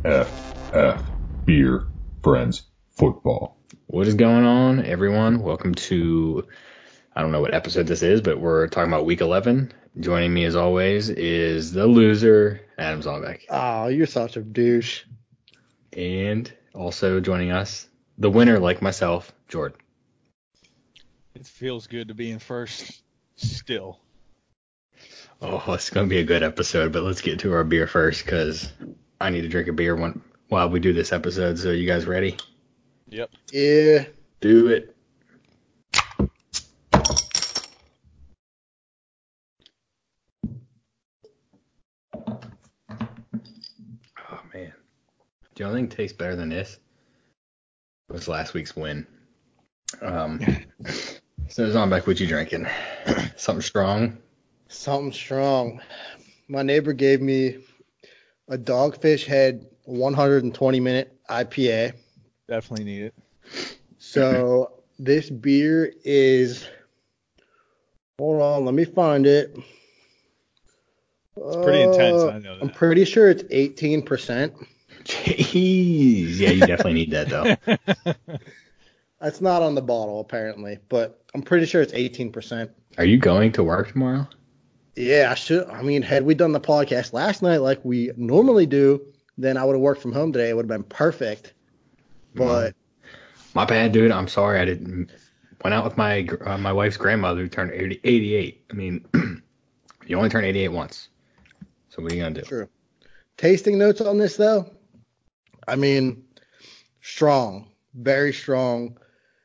BFF Beer Friends Football. What is going on, everyone? Welcome to I don't know what episode this is, but we're talking about week 11. Joining me as always is the loser, Adam Zolbeck. Oh, you're such a douche. And also joining us, the winner like myself, Jordan. It feels good to be in first still. Oh, it's going to be a good episode, but let's get to our beer first cuz I need to drink a beer one while we do this episode. So you guys ready? Yep. Yeah. Do it. Oh, Oh man. Do you know anything tastes better than this? It was last week's win. Um so Zombeck, what you drinking? Something strong? Something strong. My neighbor gave me a dogfish head 120 minute IPA. Definitely need it. So this beer is. Hold on, let me find it. It's Uh, pretty intense, I know I'm that. pretty sure it's 18%. Jeez. Yeah, you definitely need that though. That's not on the bottle apparently, but I'm pretty sure it's 18%. Are you going to work tomorrow? Yeah, I should. I mean, had we done the podcast last night like we normally do, then I would have worked from home today. It would have been perfect. But My bad, dude. I'm sorry. I didn't went out with my gr- uh, my wife's grandmother who turned 80, 88. I mean, you only turn 88 once. So what are you gonna do? True. Tasting notes on this though, I mean, strong, very strong.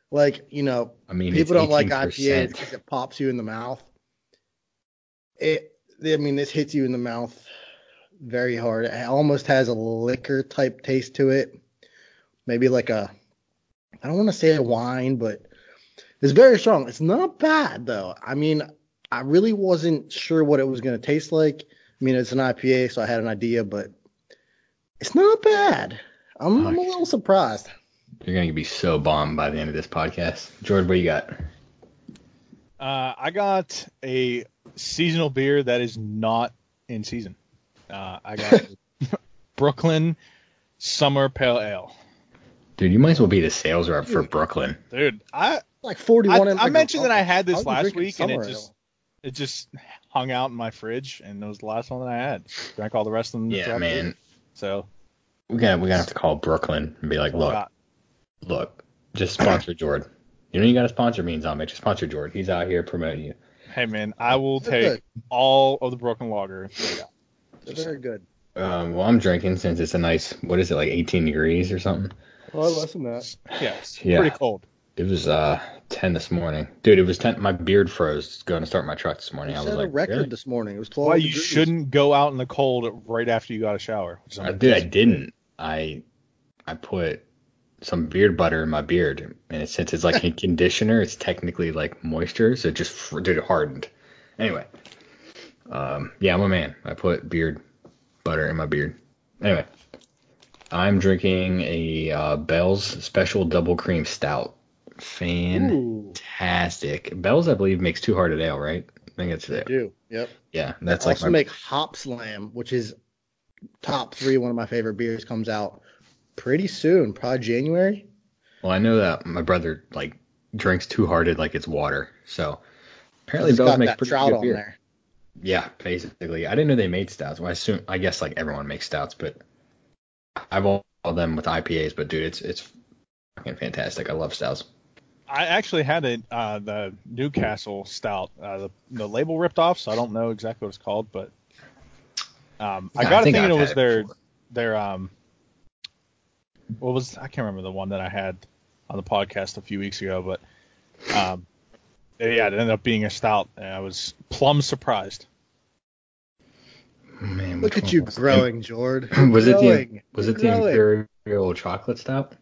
Like you know, I mean, people it's don't like 18%. IPAs because it pops you in the mouth. It, I mean, this hits you in the mouth very hard. It almost has a liquor type taste to it. Maybe like a, I don't want to say a wine, but it's very strong. It's not bad though. I mean, I really wasn't sure what it was going to taste like. I mean, it's an IPA, so I had an idea, but it's not bad. I'm, I'm a little surprised. You're gonna be so bombed by the end of this podcast. Jordan, what you got? Uh, I got a seasonal beer that is not in season. Uh, I got Brooklyn Summer Pale Ale. Dude, you might as well be the sales rep for Brooklyn. Dude, I Like 41. I, and I like a mentioned that I bubble. had How this you last drinking week and it summer just ale? it just hung out in my fridge and it was the last one that I had. Drank all the rest of them. Yeah, throughout the man. week. So We gotta we gotta have to call Brooklyn and be like, Oh, look, uh, look, just sponsor Jordan. You know you gotta sponsor me and Zombie. Just sponsor Jordan. He's out here promoting you. hey man, I will They're take good. all of the Brooklyn Lager. they got. They're very good. Um, well, I'm drinking since it's a nice, what is it, like 18 degrees or something? Well, less than that. Yeah, it's Yeah. pretty cold. It was uh 10 this morning, dude. It was 10. My beard froze going to start my truck this morning. You I set was a like, record really? this morning. It was 12. Why you degrees. shouldn't go out in the cold right after you got a shower. which is I, Uh, dude, I didn't. I I put some beard butter in my beard, and it, since it's like a conditioner, it's technically like moisture, so it just fr- dude it hardened. Anyway, um, yeah, I'm a man. I put beard butter in my beard. Anyway, I'm drinking a uh, Bell's Special Double Cream Stout. Ooh, Fantastic. Bell's, I believe, makes too hard at ale, right? I think it's I it. do. Yep. Yeah, that's I like also my make Hop Slam, which is top three, one of my favorite beers, comes out pretty soon, probably January. Well, I know that my brother like drinks Two Hearted like it's water. So apparently, It's Bell's got makes that pretty trout good on beer. there. Yeah, basically. I didn't know they made stouts. Well, I assume I guess like everyone makes stouts, but I've all them with IPAs. But dude, it's it's fucking fantastic. I love stouts. I actually had a uh, the Newcastle Stout. Uh, the, the label ripped off, so I don't know exactly what it's called, but um, Yeah, I I got a think thinking I've it had was it their before. their um. What was I can't remember the one that I had on the podcast a few weeks ago, but um, yeah, it ended up being a stout, and I was plumb surprised. Man, Look which at one you was it? growing, Jord. Was it the Growing. was You're it the growing. imperial chocolate stout?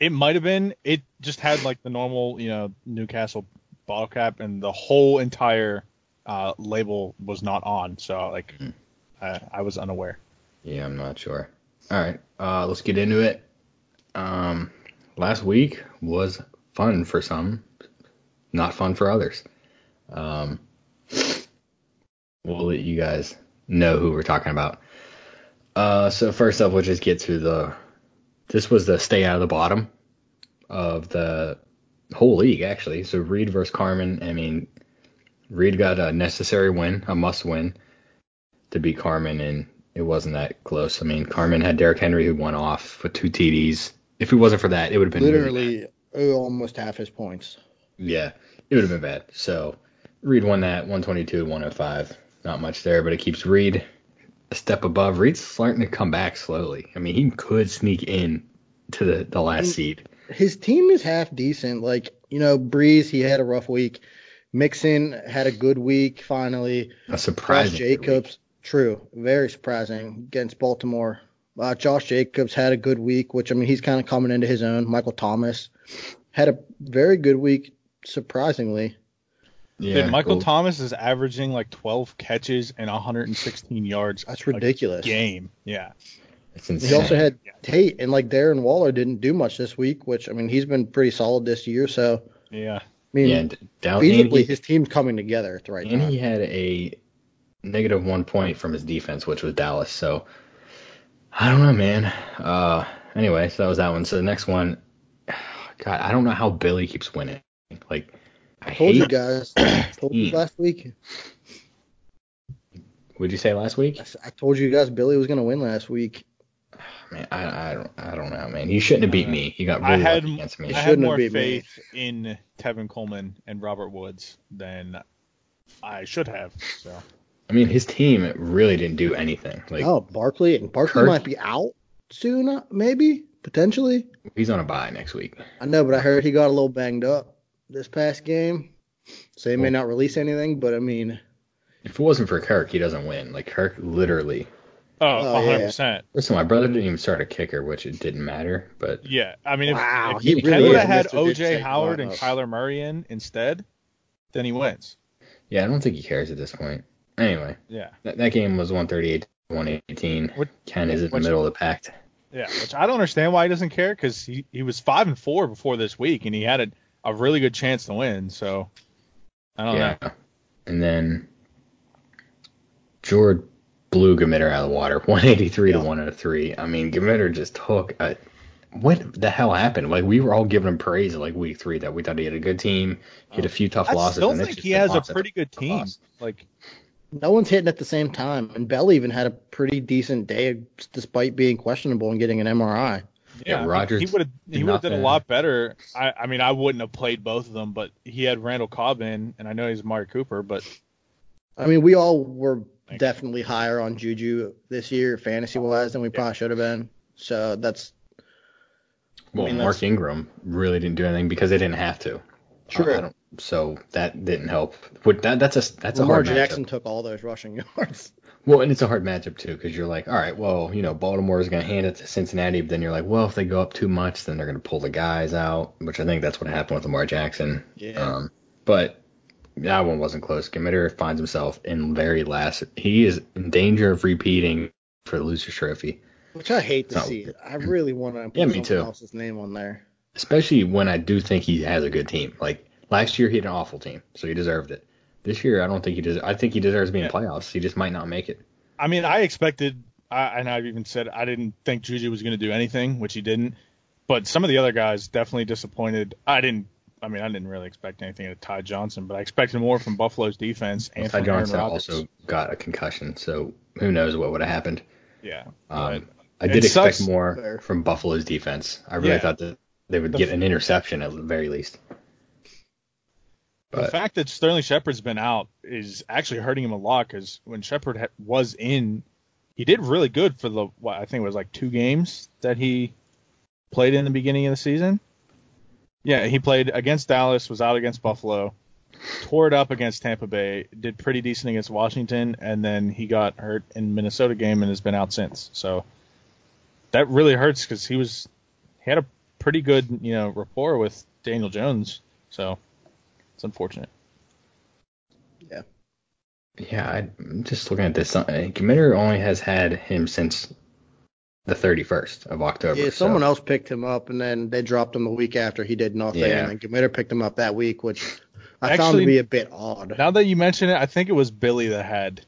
It might have been. It just had like the normal, you know, Newcastle bottle cap, and the whole entire uh, label was not on. So like, I, I was unaware. Yeah, I'm not sure. All right, uh, let's get into it. Um, last week was fun for some, not fun for others. Um, we'll let you guys know who we're talking about. Uh, so first up, we'll just get to the. This was the stay out of the bottom of the whole league, actually. So Reed versus Carmen. I mean, Reed got a necessary win, a must win, to beat Carmen, and it wasn't that close. I mean, Carmen had Derrick Henry who went off with two TDs. If it wasn't for that, it would have been really Literally oh, almost half his points. yeah, it would have been bad. So Reed won that 122 105. Not much there, but it keeps Reed a step above. Reed's starting to come back slowly. I mean, he could sneak in to the, the Mm. last seed. His team is half decent. Like, you know, Breeze, he had a rough week. Mixon had a good week finally. A Josh surprise. Jacobs, true, very surprising against Baltimore. Uh, Josh Jacobs had a good week, which I mean he's kind of coming into his own. Michael Thomas had a very good week, surprisingly. Yeah, Dude, Michael cool. Thomas is averaging like 12 catches and 116 yards. That's a ridiculous. game. Yeah. It's insane. He also had Yeah. Tate and like Darren Waller didn't do much this week, which I mean he's been pretty solid this year. So I Yeah. mean, yeah, and down, and feasibly he, his team's coming together at the right and time. he had a negative one point from his defense, which was Dallas. So I don't know, man. Uh, anyway, so that was that one. So the next one, God, I don't know how Billy keeps winning. Like, I Told you hate. guys, told Mm. you last week. Would you say last week? I s- I told you guys Billy was gonna win last week. Man, I, I don't, I don't know, man. He shouldn't have Uh, beat me. He got I really had lucky against me. It I had shouldn't have more been me. faith in Tevin Coleman and Robert Woods than I should have. So I mean, his team really didn't do anything. Like, oh, Barkley and Barkley Kirk- might be out soon, uh, maybe potentially. he's on a bye next week. I know, but I heard he got a little banged up this past game, so they may Well- not release anything. But I mean, If it wasn't for Kirk, he doesn't win. Like, Kirk literally Oh, Oh, yeah. 100%. Yeah. Listen, my brother didn't even start a kicker, which it didn't matter, but I mean, if, Wow, if he he really would is have had Mr. O.J. Dixon Howard and lineup. Kyler Murray in instead, then he wins. yeah, I don't think he cares at this point. Anyway, Yeah. that, that game was 138 to 118. What- Ken is in the what's- middle of the pack. Yeah, which I don't understand why he doesn't care because he, he was five and four before this week and he had a, a really good chance to win. So I don't yeah. know. And then Jord blew Gemitter out of the water, 183 to 103. I mean, Gemitter just took a. What the hell happened? Like we were all giving him praise like week three that we thought he had a good team, he had a few tough Oh. I losses. still and it's think just he a has a toss-up. pretty good team. loss. Like no one's hitting at the same time, and Bell even had a pretty decent day despite being questionable and getting an MRI. Yeah, Yeah, Rodgers He would have he did would have not done a bad. lot better. I, I mean, I wouldn't have played both of them, but he had Randall Cobb in, and I know he's Amari Cooper, but I mean, we all were Thanks. definitely higher on Juju this year, fantasy wise, than we probably should have been. So that's Well, mean, Mark that's- Ingram really didn't do anything because they didn't have to. True. I- I don't, so that didn't help. Would that that's a that's a Lamar hard Jackson matchup. took all those rushing yards. Well, and it's a hard matchup too because you're like, all right, well, you know, Baltimore is going to hand it to Cincinnati, but then you're like, well, if they go up too much, then they're going to pull the guys out, which I think that's what happened with Lamar Jackson. Yeah. Uh, Um, but that one wasn't close. Committer finds himself in very last. He is in danger of repeating for the loser's trophy. Which I hate to Not- see. I really want to put Yeah, me someone too. else's name on there. especially when I do think he has a good team. Like last year, he had an awful team, so he deserved it. This year, I don't think he does. I think he deserves being in playoffs. He just might not make it. I mean, I expected, I, and I've even said I didn't think Juju was going to do anything, which he didn't. But some of the other guys definitely disappointed. I didn't. I mean, I didn't really expect anything of Ty Johnson, but I expected more from Buffalo's defense and Ty from Johnson Aaron Rodgers. also got a concussion, so who knows what would have happened. yeah. Um, I It did expect sucks. more Fair. from Buffalo's defense. I really Yeah. thought that they would The get f- an interception at the very least. the But fact that Sterling Shepard's been out is actually hurting him a lot because when Shepard ha- was in, he did really good for the what I think it was like two games that he played in the beginning of the season. Yeah, he played against Dallas, was out against Buffalo, tore it up against Tampa Bay, did pretty decent against Washington, and then he got hurt in Minnesota game and has been out since. So that really hurts because he was he had a pretty good you know rapport with Daniel Jones. So it's unfortunate. yeah, I, I'm just looking at this. Uh, Committer only has had him since the 31st of October. Yeah, so- someone else picked him up, and then they dropped him the week after he did nothing, Yeah. and then Committer picked him up that week, which I found Actually- to be a bit odd. Now that you mention it, I think it was Billy that had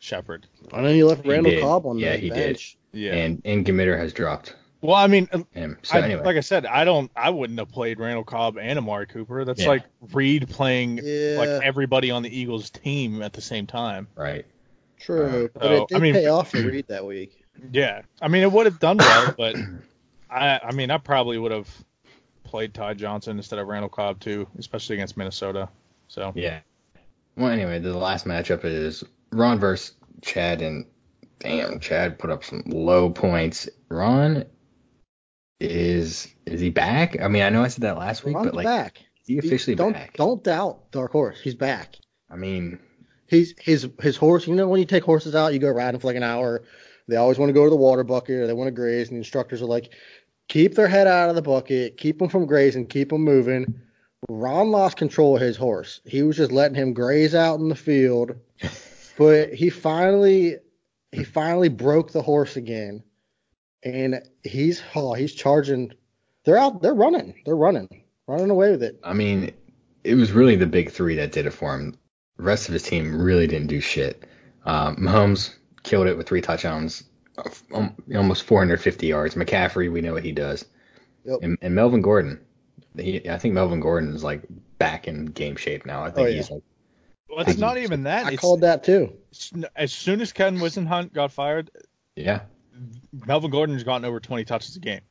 Shepard. I know he left He Randall did. Cobb on Yeah, the he did. bench. Yeah. And and Gemitter has dropped well, I mean, him. So I, anyway, like I said, I don't, I wouldn't have played Randall Cobb and Amari Cooper. That's Yeah. like Reed playing Yeah, like everybody on the Eagles team at the same time. right? true. Uh, but so, it did oh, I mean- pay off for Reed that week. Yeah, I mean, it would have done well, but I, I mean, I probably would have played Ty Johnson instead of Randall Cobb too, especially against Minnesota. So Yeah. Well, anyway, the last matchup is Ron versus Chad, and damn, Chad put up some low points. Ron is is he back? I mean, I know I said that last week, Ron's but like, back. is he officially don't back? don't doubt Dark Horse. He's back. I mean, He's his his horse. You know when you take horses out, you go riding for like an hour. They always want to go to the water bucket or they want to graze, and the instructors are like, keep their head out of the bucket, keep them from grazing, keep them moving. Ron lost control of his horse. He was just letting him graze out in the field, but he finally he finally broke the horse again, and he's oh he's charging. They're out. They're running. They're running. Running away with it. I mean, it was really the big three that did it for him. The rest of his team really didn't do shit. Uh, Mahomes killed it with three touchdowns, uh, f- um, almost 450 yards. McCaffrey, we know what he does. Yep. And, and Melvin Gordon, he, I think Melvin Gordon is like back in game shape now. I think Oh, yeah. he's like, well, it's not even that. I it's, called that too. it's- as soon as Ken Wisenhunt got fired, yeah, Melvin Gordon's gotten over 20 touches a game.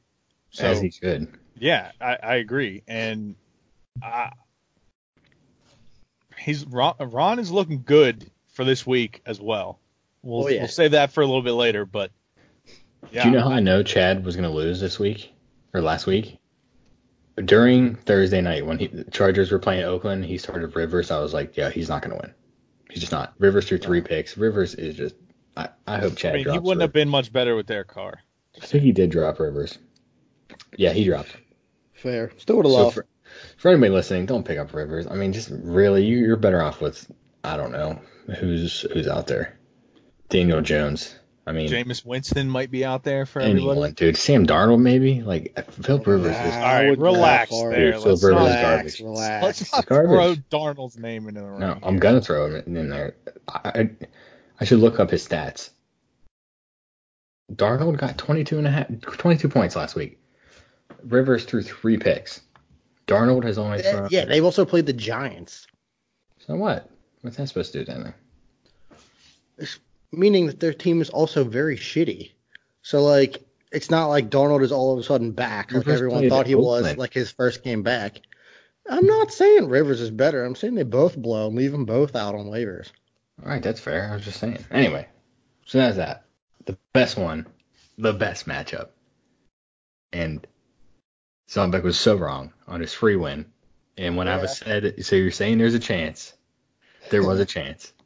So as he should. Yeah, I, I agree, and I, he's Ron, Ron is looking good for this week as well. We'll, Oh, yeah. we'll save that for a little bit later, but yeah, Do you know how I know Chad was going to lose this week or last week? During Thursday night when he, the Chargers were playing Oakland, he started Rivers. I was like, yeah, he's not going to win. He's just not. Rivers threw three picks. Rivers is just. I, I hope I Chad mean, he drops. wouldn't have Rivers. been much better with their car. I think he did drop Rivers. Yeah, he dropped. Fair. Still would have So lost. for, for anybody listening, don't pick up Rivers. I mean, just really, you, you're better off with I don't know who's who's out there. Daniel Jones. I mean, Jameis Winston might be out there for everybody. anyone, dude. Sam Darnold maybe. Like Philip Rivers is Nah, All right, I wouldn't go that relax far. Dude, there. Let's Phil Rivers not, is relax, garbage. relax. let's not Garbage. throw Darnold's name into the ring. No, I'm here. gonna throw him in there. I, I I should look up his stats. Darnold got 22 and a half, 22 points last week. Rivers threw three picks. Darnold has only Uh, thrown. yeah, they've also played the Giants, So what? What's that supposed to do down there? meaning that their team is also very shitty. So like, it's not like Darnold is all of a sudden back like Rivers everyone played thought at he was Oakland. like his first game back. I'm not saying Rivers is better. I'm saying they both blow and leave them both out on waivers. All right, that's fair. I was just saying. Anyway, so that's that. The best one, the best matchup, and Sonnenbeck was so wrong on his free win. And when I was said, so you're saying there's a chance. There was a chance.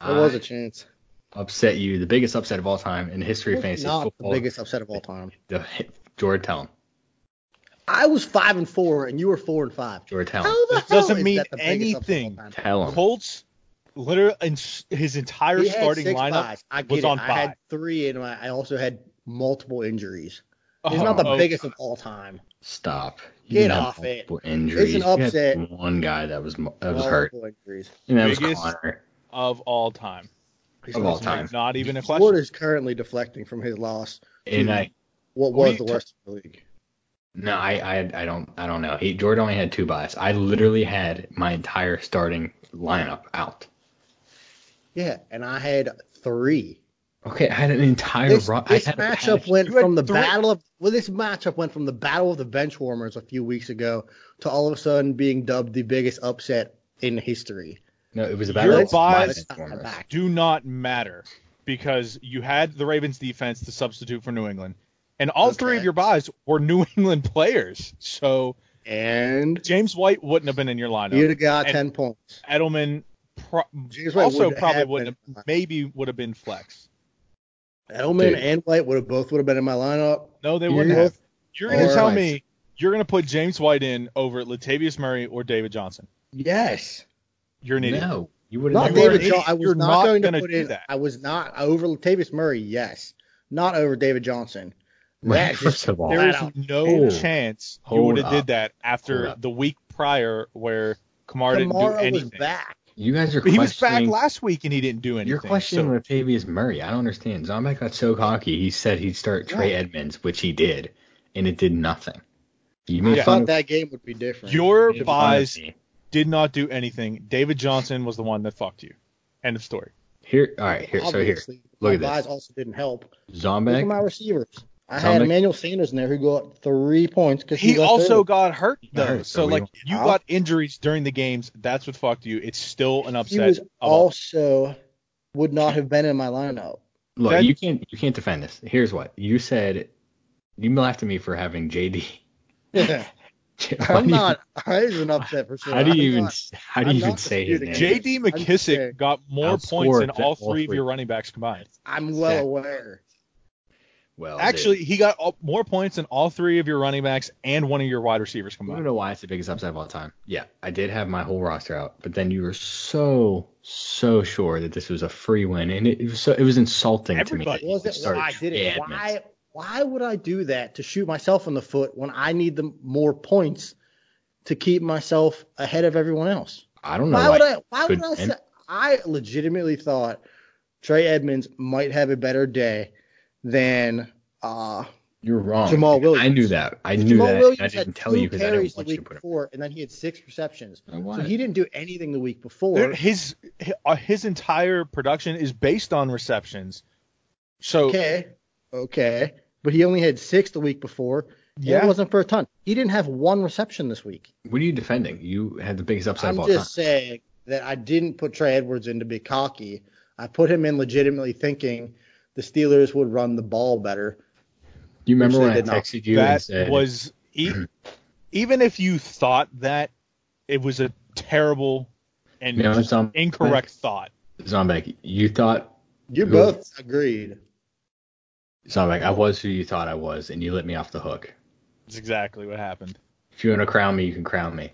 There was I a chance. upset you, the biggest upset of all time in the history of fantasy not football. the biggest upset of all time. The, George Tellum. I was five and four, and you were four and five. George Tellum. How the It hell doesn't is mean that the biggest upset of all anything. time? Tellum. Colts, literally, in s- his entire He had starting six lineup buys. I get was it. on I bye. had three, and I I also had multiple injuries. He's Oh, not the oh, biggest of all time. Stop. Get didn't have off it. multiple Injuries. It's an You had upset. one guy that was mo- that was hurt, Multiple injuries. and that was Biggest- Connor of all time. He's of not all the time. Not even a question. What is currently deflecting from his loss? And I What What are was you the ta- worst of the league? No, I, I I don't I don't know. He Jordan only had two buys. I literally had my entire starting lineup out. Yeah, and I had three. Okay, I had an entire This, ro- this I had a matchup patch. went You had from the three? battle of well, this matchup went from the battle of the bench warmers a few weeks ago to all of a sudden being dubbed the biggest upset in history. No, it was about Your it's my buys- Transformers. back. do not matter because you had the Ravens defense to substitute for New England. And all three Okay. of your buys were New England players. So And James White wouldn't have been in your lineup. you'd have got And- ten points. Edelman pro- James White also would probably have wouldn't been- have, maybe would have been flex. Edelman Dude. and White would have both would have been in my lineup. No, they You wouldn't know- have. You're going Or- to tell me you're going to put James White in over Latavius Murray or David Johnson. Yes. You're an idiot. No, you would Not have You are David an Johnson. idiot. I was You're not, not going to gonna put do in. that. I was not over Latavius Murray. Yes, not over David Johnson. That just- First of all, There- There is Flat no Hold- chance you hold would have up. did that after Hold up. the week prior where Kamara, didn't do Kamara was anything. back. You guys are But he was back questioning- last week and he didn't do anything. You're questioning so- Latavius Murray. I don't understand. Zombie got so cocky, he said he'd start Trey Edmonds, which he did, and it did nothing. You I made fun thought of that game would be different. your made fun of buys me. did not do anything. David Johnson was the one that fucked you. End of story. Here, all right, here. So here, Obviously, look my at this. buys also didn't help. Look at my Zombie. receivers. I Sound had like- Emmanuel Sanders in there who got three points because He got also hurt. got hurt got though, hurt, so so we like don't- you How? got injuries during the games. That's what fucked you. It's still an he upset. was of all- also would not have been in my lineup. Look, That- you can't you can't defend this. Here's what you said. You laughed at me for having JD. Why I'm do you- not. I was an upset for sure. How do I'm you even not- how do I'm you even not say his name? disputing it. J.D. McKissick I'm- got more Outscored points than that all all three of three. your running backs combined. I'm well Yeah. aware. Well, Actually, he got all, more points than all three of your running backs and one of your wide receivers I don't combined. know why it's the biggest upset of all time. Yeah, I did have my whole roster out, but then you were so so sure that this was a free win, and it, it was so it was insulting to me. Everybody that you Was would it start why I did Trey it? Edmonds. Why? Why would I do that to shoot myself in the foot when I need the more points to keep myself ahead of everyone else? I don't know Why why. would I? Why would could I? end- Say, I legitimately thought Trey Edmonds might have a better day than uh, You're wrong. Jamal I Williams. knew that. I knew Jamal that. and Williams. I had didn't tell two you because I didn't carries the want you to week put it. before, and then he had six receptions. I So wanted he it. didn't do anything the week before. Dude, his hi- uh, his entire production is based on receptions. So Okay, okay, but he only had six the week before. and Yeah. it wasn't for a ton. He didn't have one reception this week. What are you defending? You had the biggest upset of I'm all just time. saying that I didn't put Trey Edwards in to be cocky. I put him in legitimately thinking the Steelers would run the ball better. You remember which when they I did not. texted you and that said was e- even if you thought that it was a terrible and You know, some- incorrect thought. Zombek, you thought You Who? both agreed. Zombek, I was who you thought I was, and you let me off the hook. That's exactly what happened. If you want to crown me, you can crown me.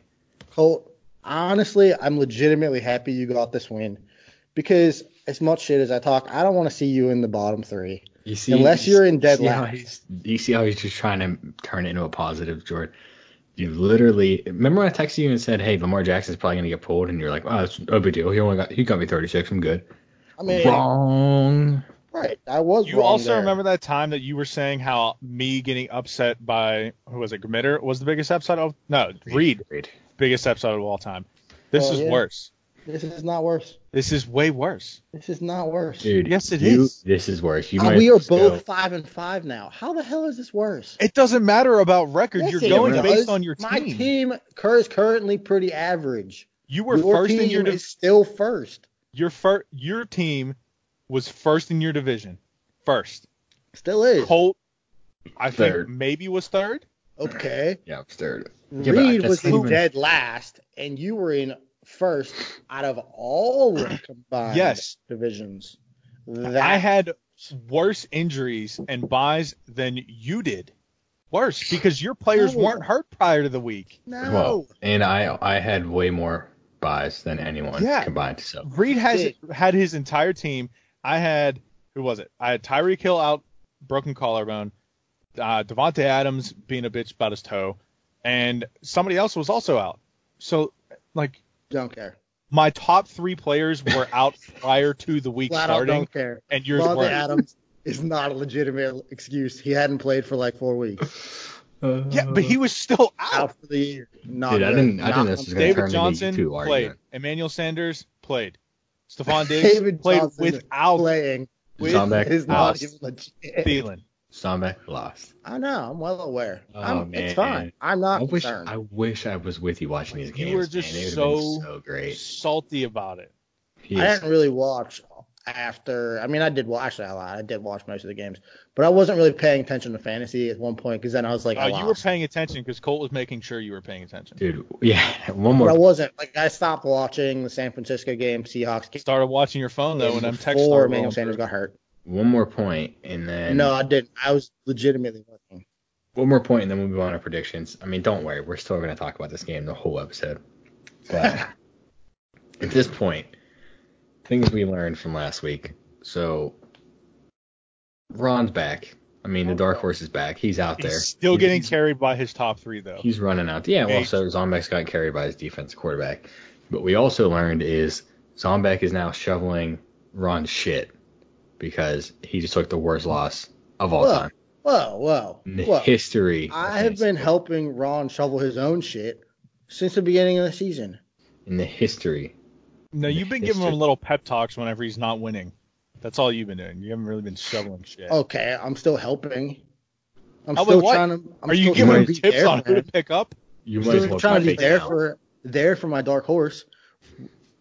Colt, honestly, I'm legitimately happy you got this win because as much shit as I talk, I don't want to see you in the bottom three. You see, Unless you're in dead you see how last. he's- You see how he's just trying to turn it into a positive, Jordan. You literally remember when I texted you and said, "Hey, Lamar Jackson's probably gonna get pulled," and you're like, "Oh, it's no big deal. He only got he got me 36. I'm good." I mean, Wrong. right? I was. You wrong also there. remember that time that you were saying how me getting upset by who was it, Gmitter was the biggest upset of no, Reed, Reed. biggest upset of all time. This Oh, is yeah. worse. This is not worse. This is way worse. This is not worse. Dude, Yes, it it is. is. This is worse. You Uh, might we are as well both go- five and five now. How the hell is this worse? It doesn't matter about record. Yes, You're it going does. based on your My team. team cur- is currently pretty average. You were your first team in your div- is still first. your fir- your team was first in your division. First. Still is. Colt I think Third. maybe was third. Okay. Yeah, I'm scared. Yeah, but Reed that's was not in even- dead last, and you were in first out of all the combined Yes. divisions. That, I had worse injuries and buys than you did. Worse because your players No. weren't hurt prior to the week. no. Well, and I I had way more buys than anyone Yeah. combined. So Reed has Big. had his entire team. I had who was it? I had Tyreek Hill out, broken collarbone. Uh, Devonte Adams being a bitch about his toe, and somebody else was also out. So like don't care. my top three players were out prior to the week Flat out starting, don't care. and yours Devontae weren't. Adams is not a legitimate excuse. He hadn't played for like four weeks. Yeah, but he was still out. Out for the year. Not Dude, I good. didn't- I Not didn't necessarily on- gonna turn David into Johnson YouTube played. argument. Emmanuel Sanders played. Stephon Diggs played Johnson without playing with Zombek his not lost. even legit. Thielen. Zombie lost. I know. I'm well aware. Oh, I'm, man. It's fine. I'm I not wish concerned. I wish I was with you watching these You games. were just man. It would've so- been so great. Salty about it. He I is- didn't really watch after. I mean, I did watch that a lot. I did watch most of the games, but I wasn't really paying attention to fantasy at one point because then I was like, Oh, Uh, I you were lost. paying attention because Colt was making sure you were paying attention. dude, yeah. One but I more. wasn't. Like, I stopped watching the San Francisco game, Seahawks game. Started watching your phone though, and I'm texting. before her Emmanuel rolling Sanders through. got hurt. One more point, and then no, I didn't. I was legitimately working. one more point, and then we'll move on to predictions. I mean, don't worry, we're still going to talk about this game the whole episode. But at this point, things we learned from last week. So Ron's back. I mean, the dark horse is back. He's out there. Oh, He's still getting He's- carried by his top three though. He's running out. Yeah, well, Eight. so Zombek's got carried by his defense quarterback. But we also learned is Zombeck is now shoveling Ron's shit because he just took the worst loss of all Well, time Whoa, whoa, in the whoa. history. of I have fantasy been football. helping Ron shovel his own shit since the beginning of the season. in the history. No, you've been giving Mister- him little pep talks whenever he's not winning. That's all you've been doing. You haven't really been shoveling shit. Okay, I'm still helping. I'm Helping still Oh, what? trying to. I'm Are you still giving trying him to be tips there on for who to him. pick up? You I'm might as still well trying to be take there it out. for there for my dark horse.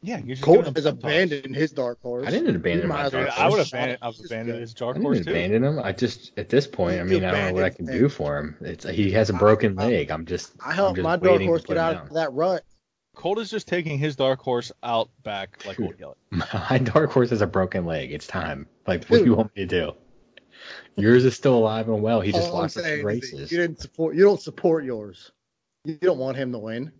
Yeah, you're just Colt giving him has pep talks. abandoned his dark horse. I didn't abandon You my might as Dude, dark well- I would horse. have abandoned, I've abandoned his I dark horse didn't too. abandon him. I just at this point, I You mean, I don't know what I can abandoned do him. for him. It's he has a broken leg. I'm just I I'm helped just my dark waiting to horse put get him out down. of that rut. Colt is just taking his dark horse out back like Old Yeller. My dark horse has a broken leg. It's time. Like, what do you Dude. want me to do? Yours is still alive and well. He just All I'm lost saying his is that races. You didn't support. You don't support yours. You don't want him to win.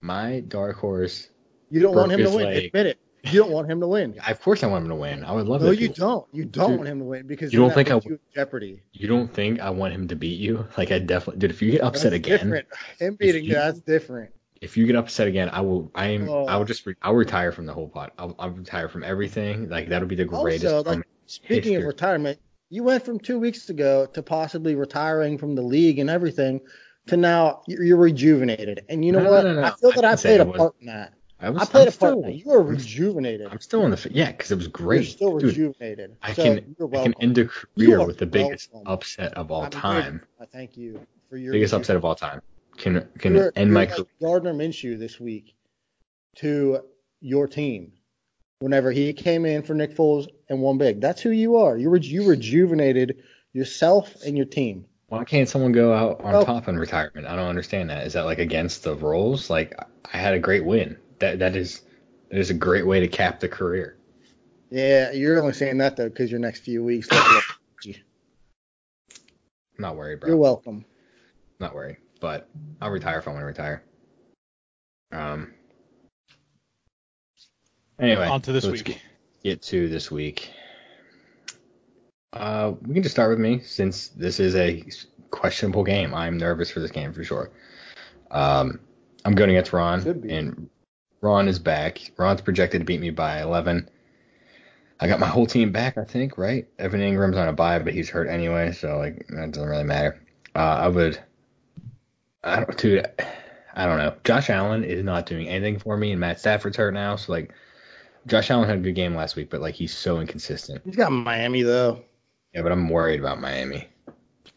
My dark horse. You don't Broke want him to his win. leg. Admit it. You don't want him to win. Of course, I want him to win. I would love No, it if you he- don't. You don't Dude, want him to win because you then don't that think I puts w- you in jeopardy. You don't think I want him to beat you? Like, I definitely, dude. If you get upset That's again, different. Him beating you- you, that's different. if you get upset again, I will. I am. Oh. I will just. Re- I'll retire from the whole pot. I'll, I'll retire from everything. Like that'll be the greatest. Also, like moment. speaking history. of retirement, you went from two weeks ago to possibly retiring from the league and everything to now you're you're rejuvenated. And you know No, no, what? no, no. I feel I that didn't I say played I a was- part in that. I I was. I'm played a part still. in that. You were I'm- rejuvenated. I'm still in the. f- Yeah, because it was You're great. still Dude, rejuvenated. I so can. you're I welcome. can end a You career are with the biggest welcome. upset of all I'm grateful. time. I thank you for your Biggest rejuvenation. upset of all time. Can can you're, end you're my like career. Gardner Minshew this week to your team. Whenever he came in for Nick Foles and one big, that's who you are. You were you rejuvenated yourself and your team. Why can't someone go out on Well- top in retirement? I don't understand that. Is that like against the rules? Like I- I had a great win. That that is that is a great way to cap the career. Yeah, you're only saying that though because your next few weeks. look like- I'm not worried, bro. you're welcome. not worry, but I'll retire if I want to retire. Um. Anyway, On to this let's week. Get, get to this week. Uh, we can just start with me since this is a questionable game. I'm nervous for this game for sure. Um, I'm going against Should Ron, be. and Ron is back. Ron's projected to beat me by 11. I got my whole team back, I think, right? Evan Ingram's on a bye, but he's hurt anyway, so like that doesn't really matter. Uh, I would, I don't, dude, I don't know. Josh Allen is not doing anything for me, and Matt Stafford's hurt now, so like, Josh Allen had a good game last week, but like he's so inconsistent. He's got Miami though, Yeah, but I'm worried about Miami.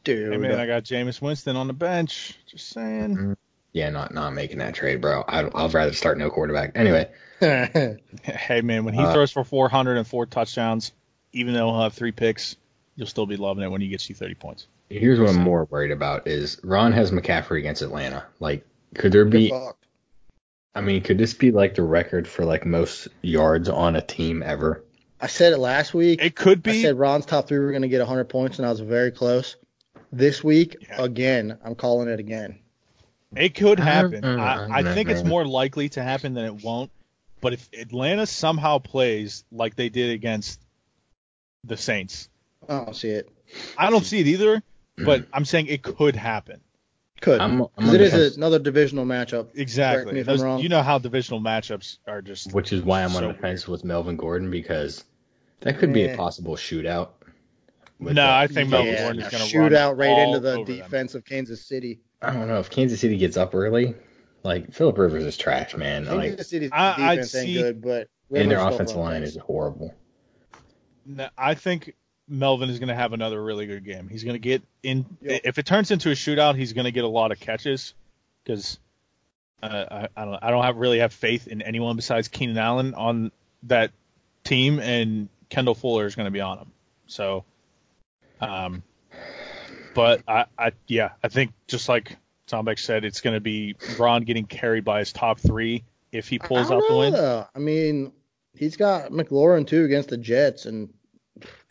dude. Hey man, I got Jameis Winston on the bench. Just saying. Mm-hmm. Yeah, not not making that trade, bro. I, I'd rather start no quarterback. Anyway, Hey man, when he Uh, throws for 404 touchdowns, even though he'll have three picks, you'll still be loving it when he gets you 30 points. here's what I'm more worried about is Ron has McCaffrey against Atlanta. Like, could there You're be? fucked. I mean, could this be like the record for like most yards on a team ever? I said it last week. It could I be. said Ron's top three were going to get 100 points, and I was very close. This week, Yeah. again, I'm calling it again. It could I don't- happen. I don't know, I, I don't I think it's know. more likely to happen than it won't. But if Atlanta somehow plays like they did against the Saints, I don't see it. I don't see it either. But I'm saying it could happen. Could. I'm- I'm Because on it the is fence. another divisional matchup. Correct me Exactly. if I'm Those- wrong. you know how divisional matchups are just. Which is why I'm So on the fence with Melvin Gordon because that could be Eh. a possible shootout. with No, that. I think Melvin Yeah, Gordon is going to shoot out right into the defense. defense of Kansas City. I don't know if Kansas City gets up early. Like Philip Rivers is trash, man. Like, Kansas City's I- I'd defense ain't see- good, but and their Rivers still offensive runs line it. is horrible. No, I think Melvin is going to have another really good game. He's going to get in. Yep. If it turns into a shootout, he's going to get a lot of catches because uh, I, I don't. I don't have really have faith in anyone besides Keenan Allen on that team, and Kendall Fuller is going to be on him. So, um, but I, I, yeah, I think just like Tomek said, it's going to be Ron getting carried by his top three if he I pulls don't out the know, win. though. I mean, he's got McLaurin too against the Jets, and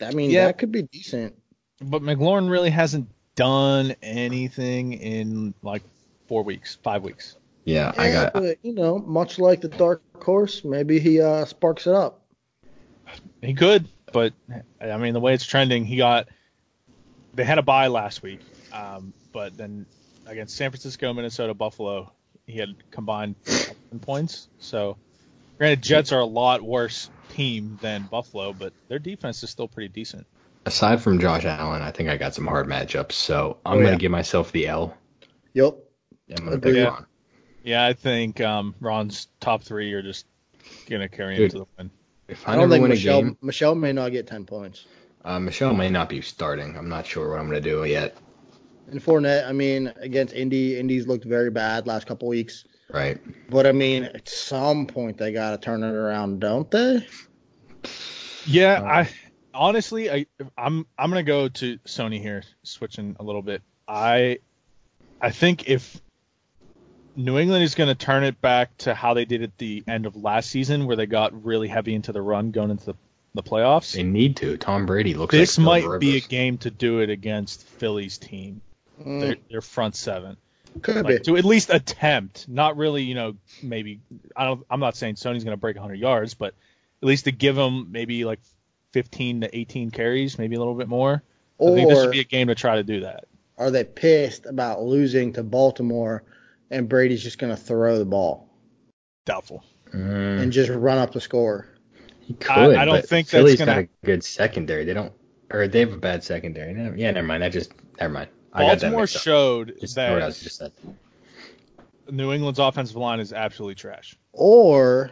I mean Yeah. that could be decent. But McLaurin really hasn't done anything in like four weeks, five weeks. Yeah, I Yeah, got. but, you know, much like the dark horse, maybe he uh, sparks it up. He could, but I mean the way it's trending, he got they had a bye last week, um, but then against San Francisco, Minnesota, Buffalo, he had combined 11 points. So Granted, Jets are a lot worse team than Buffalo, but their defense is still pretty decent. Aside from Josh Allen, I think I got some hard matchups, so I'm Oh, gonna yeah. give myself the L. Yep. and I'm gonna Agreed. pick Ron. Yeah, I think um, Ron's top three are just gonna carry him Dude. to the win. If I, I don't never think win a Michelle game, Michelle may not get ten points. uh, Michelle may not be starting. I'm not sure what I'm gonna do yet. And Fournette, I mean, against Indy, Indy's looked very bad last couple weeks. Right? But I mean, at some point they gotta turn it around, don't they? Yeah, Uh, I honestly, I, I'm I'm gonna go to Sony here, switching a little bit. I I think if New England is gonna turn it back to how they did at the end of last season, where they got really heavy into the run going into the, the playoffs, They need to. Tom Brady looks. this like might Phil be a Rivers. game to do it against Philly's team, Mm, their, their front seven, could like be. to at least attempt. Not really, you know, maybe I don't. I'm not saying Sony's gonna break 100 yards, but at least to give him maybe like 15 to 18 carries, maybe a little bit more. I think this Or would be a game to try to do that. are they pissed about losing to Baltimore and Brady's just gonna throw the ball Doubtful. Mm, and just run up the score? he could, I- I don't but think that's Philly's gonna- got a good secondary. They don't, or they have a bad secondary. Never- Yeah, never mind. I just never mind. I got that Baltimore mixed up. showed Just know what I that was just saying. New England's offensive line is absolutely trash. Or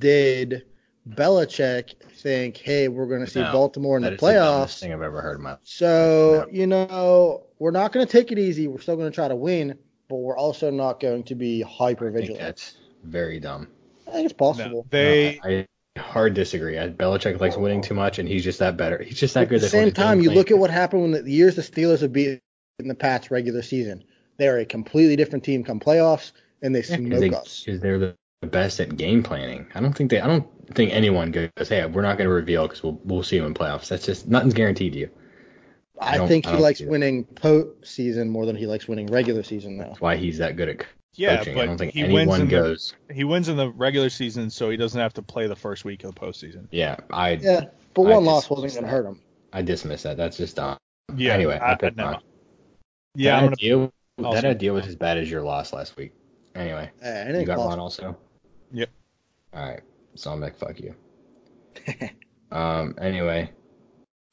did Belichick think, hey, we're gonna see No, Baltimore in the That is the dumbest playoffs? thing I've ever heard in my So, No. you know, we're not going to take it easy. We're still going to try to win, but we're also not going to be hyper I think vigilant. that's very dumb. I, think it's No, possible. they No, I, I hard disagree. I, Belichick likes winning too much, and he's just that better. He's just that At good. the same time, you look at what happened when the, the years the Steelers have beaten the Pats regular season. They are a completely different team come playoffs, and they smoke us. because they, are the best at game planning. I don't think they. I don't think anyone goes, "Hey, we're not going to reveal because we'll we'll see you in playoffs." That's just nothing's guaranteed to you. I I, don't- think I he don't likes see that. winning postseason more than he likes winning regular season, though. That's why he's that good at yeah, coaching. but I don't think he wins anyone in goes. the he wins in the regular season, so he doesn't have to play the first week of the postseason. Yeah, I Yeah, but I one loss just- wasn't going to hurt him. I dismiss that. That's just dumb. Yeah. anyway, I, I, picked no. Ron. Yeah, that I'm gonna, idea, also- that idea was as bad as your loss last week. Anyway, Eh, it you ain't got Ron possible. also. Yep. All right, so I'm like, fuck you. Um. Anyway,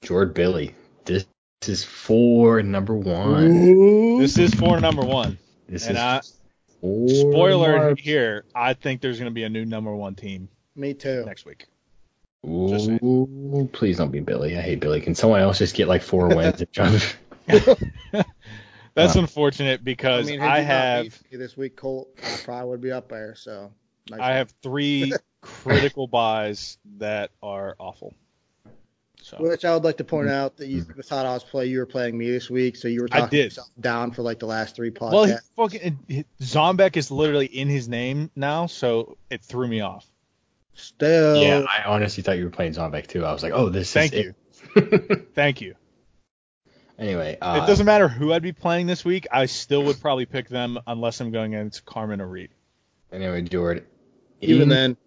Jord Billy. This, this is for number one. Ooh. this is for number one. This and is I- for Spoiler Mark. here, I think there's gonna be a new number one team Me too. next week. just saying. Ooh, please don't be Billy. I hate Billy. Can someone else just get like four wins? and jump? That's Wow. unfortunate because had I, you not have beat me this week, Colt. I probably would be up there. So nice. I have three critical buys that are awful. So Which I would like to point out that you, beside Oz play, you were playing me this week, so you were I talking did. yourself down for like the last three podcasts. Well, he fucking he- Zombek is literally in his name now, so it threw me off. Still, yeah, I honestly thought you were playing Zombek too. I was like, oh, this Thank is you, it. thank you. anyway, uh, it doesn't matter who I'd be playing this week. I still would probably pick them unless I'm going against Carmen or Reed. Anyway, Jord. even in- then,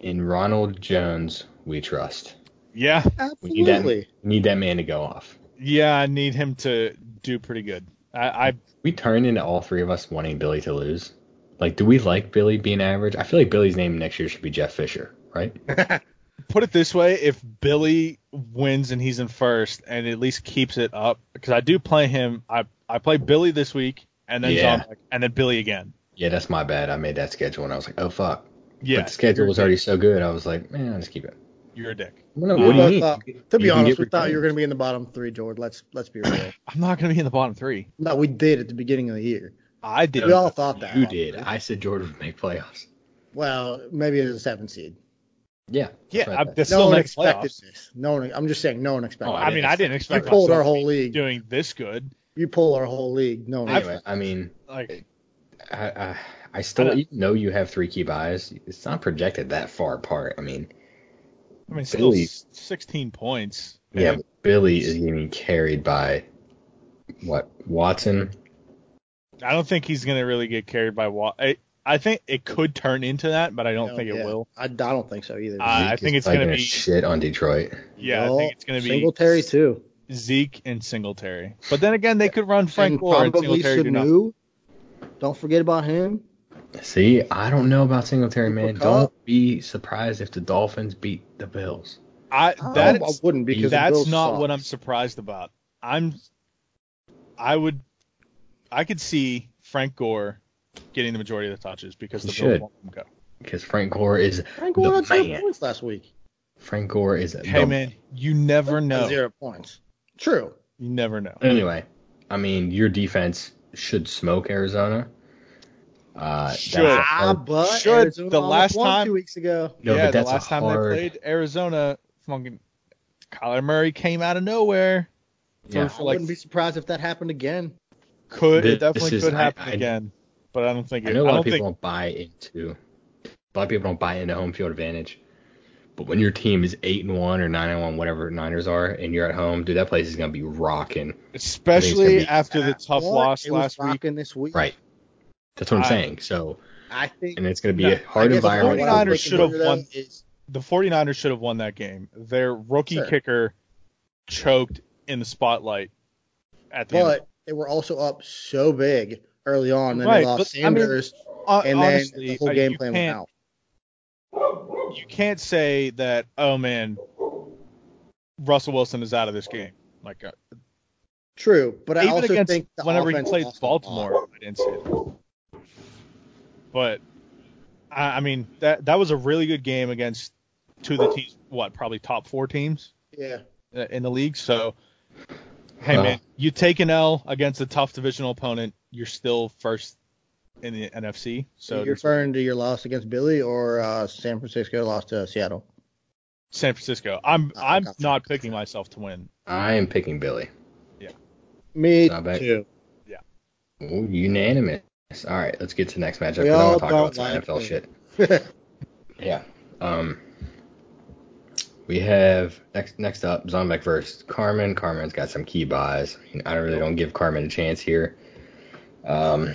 In Ronald Jones, we trust. Yeah, We need that, absolutely. we need that man to go off. yeah, I need him to do pretty good. I, I We turn into all three of us wanting Billy to lose. Like, do we like Billy being average? I feel like Billy's name next year should be Jeff Fisher, right? put it this way: if Billy wins and he's in first, and at least keeps it up, because I do play him. I I play Billy this week, and then Yeah. Zombek, and then Billy again. Yeah, that's my bad. I made that schedule and I was like, oh fuck. Yeah, but the schedule you're a was dick. already so good. I was like, man, I'll just keep it. You're a dick. What, We what do you both mean? thought- You to be can honest, get we thought you were returns. going to be in the bottom three, George. Let's let's be real. I'm not gonna be in the bottom three. no, we did at the beginning of the year. I did. We all thought that. You did. I said Jordan would make playoffs. Well, maybe as a seven seed. Yeah. that's Yeah, what I, thought. that's No still one next expected playoffs. this. No one. I'm just saying, no one expected. Oh, it. I mean, I didn't expect you pulled myself our to whole be league. doing this good. You pulled our whole league. No one. Anyway, I mean, Like, I, I, I I still don't- even though you have three key buys, it's not projected that far apart. I mean, I mean, still Billy- s 16 points. yeah, And Billy is getting carried by what Watson. I don't think he's gonna really get carried by. Wa- I, I think it could turn into that, but I don't think it Yeah. will. I, I don't think so either. I- I Zeke think is it's probably gonna be- shit on Detroit. Yeah, I Well, think it's gonna be Singletary too. Zeke and Singletary. But then again, they could run Frank and Gore and probably Singletary do not. Sanu. Don't forget about him. See, I don't know about Singletary, man. Cooper Cup? Don't be surprised if the Dolphins beat the Bills. I that I is- wouldn't Oh. because the that's Bills not suck. what I'm surprised about. I'm I would I could see Frank Gore getting the majority of the touches because He the should. Bills won't let him go. Because Frank Gore is Frank the Gore had zero man. points last week. Frank Gore is. Hey the- man, you never know. Zero points. True. You never know. Anyway, I mean, your defense should smoke Arizona. Uh, that's Should. a Ah, hard- but Should. Arizona The almost last won time- two weeks ago. no, but yeah, the that's last a time hard, they played Arizona, fucking Kyler Murray came out of nowhere. Yeah. So I like- wouldn't be surprised if that happened again. Could This- it definitely this is- could I- happen I- again, but I don't think I it. know a I lot of don't people don't think buy into. A lot of people don't buy into home field advantage. But when your team is eight and one or nine and one, whatever Niners are, and you're at home, dude, that place is gonna be rocking. especially be- after the tough Or loss it was last week. rocking this week. Right. That's what I'm I- saying. So, I think and it's gonna be No, a hard I guess environment. what for I'm 49ers thinking should have here, though, won. is- the 49ers should have won that game. Their rookie Sure. kicker choked in the spotlight at the end. But they were also up so big early on, then Right, they lost but, I mean, Sanders, Hon- and then honestly, the whole uh, game you plan was can't, out. you can't say that, oh man, Russell Wilson is out of this game. Like, uh, True, but I even also against think the whenever he offense played lost a lot. Baltimore, I didn't see it. But, I, I mean, that, that was a really good game against two of the teams, what, probably top four teams? Yeah, uh, in the league. So, hey Well- man, you take an L against a tough divisional opponent, you're still first in the NFC. so So you're referring to your loss against Billy or uh, San Francisco lost to Seattle. San Francisco. I'm Oh, I'm gotcha. not picking myself to win. I am picking Billy. Me Not bad. too. Ooh, unanimous. All right, let's get to the next matchup. 'cause We I all want to talk about some don't like NFL it. shit. Yeah. Um, we have next next up Zombek versus Carmen. Carmen's got some key buys. I, mean, I really don't give Carmen a chance here. Um,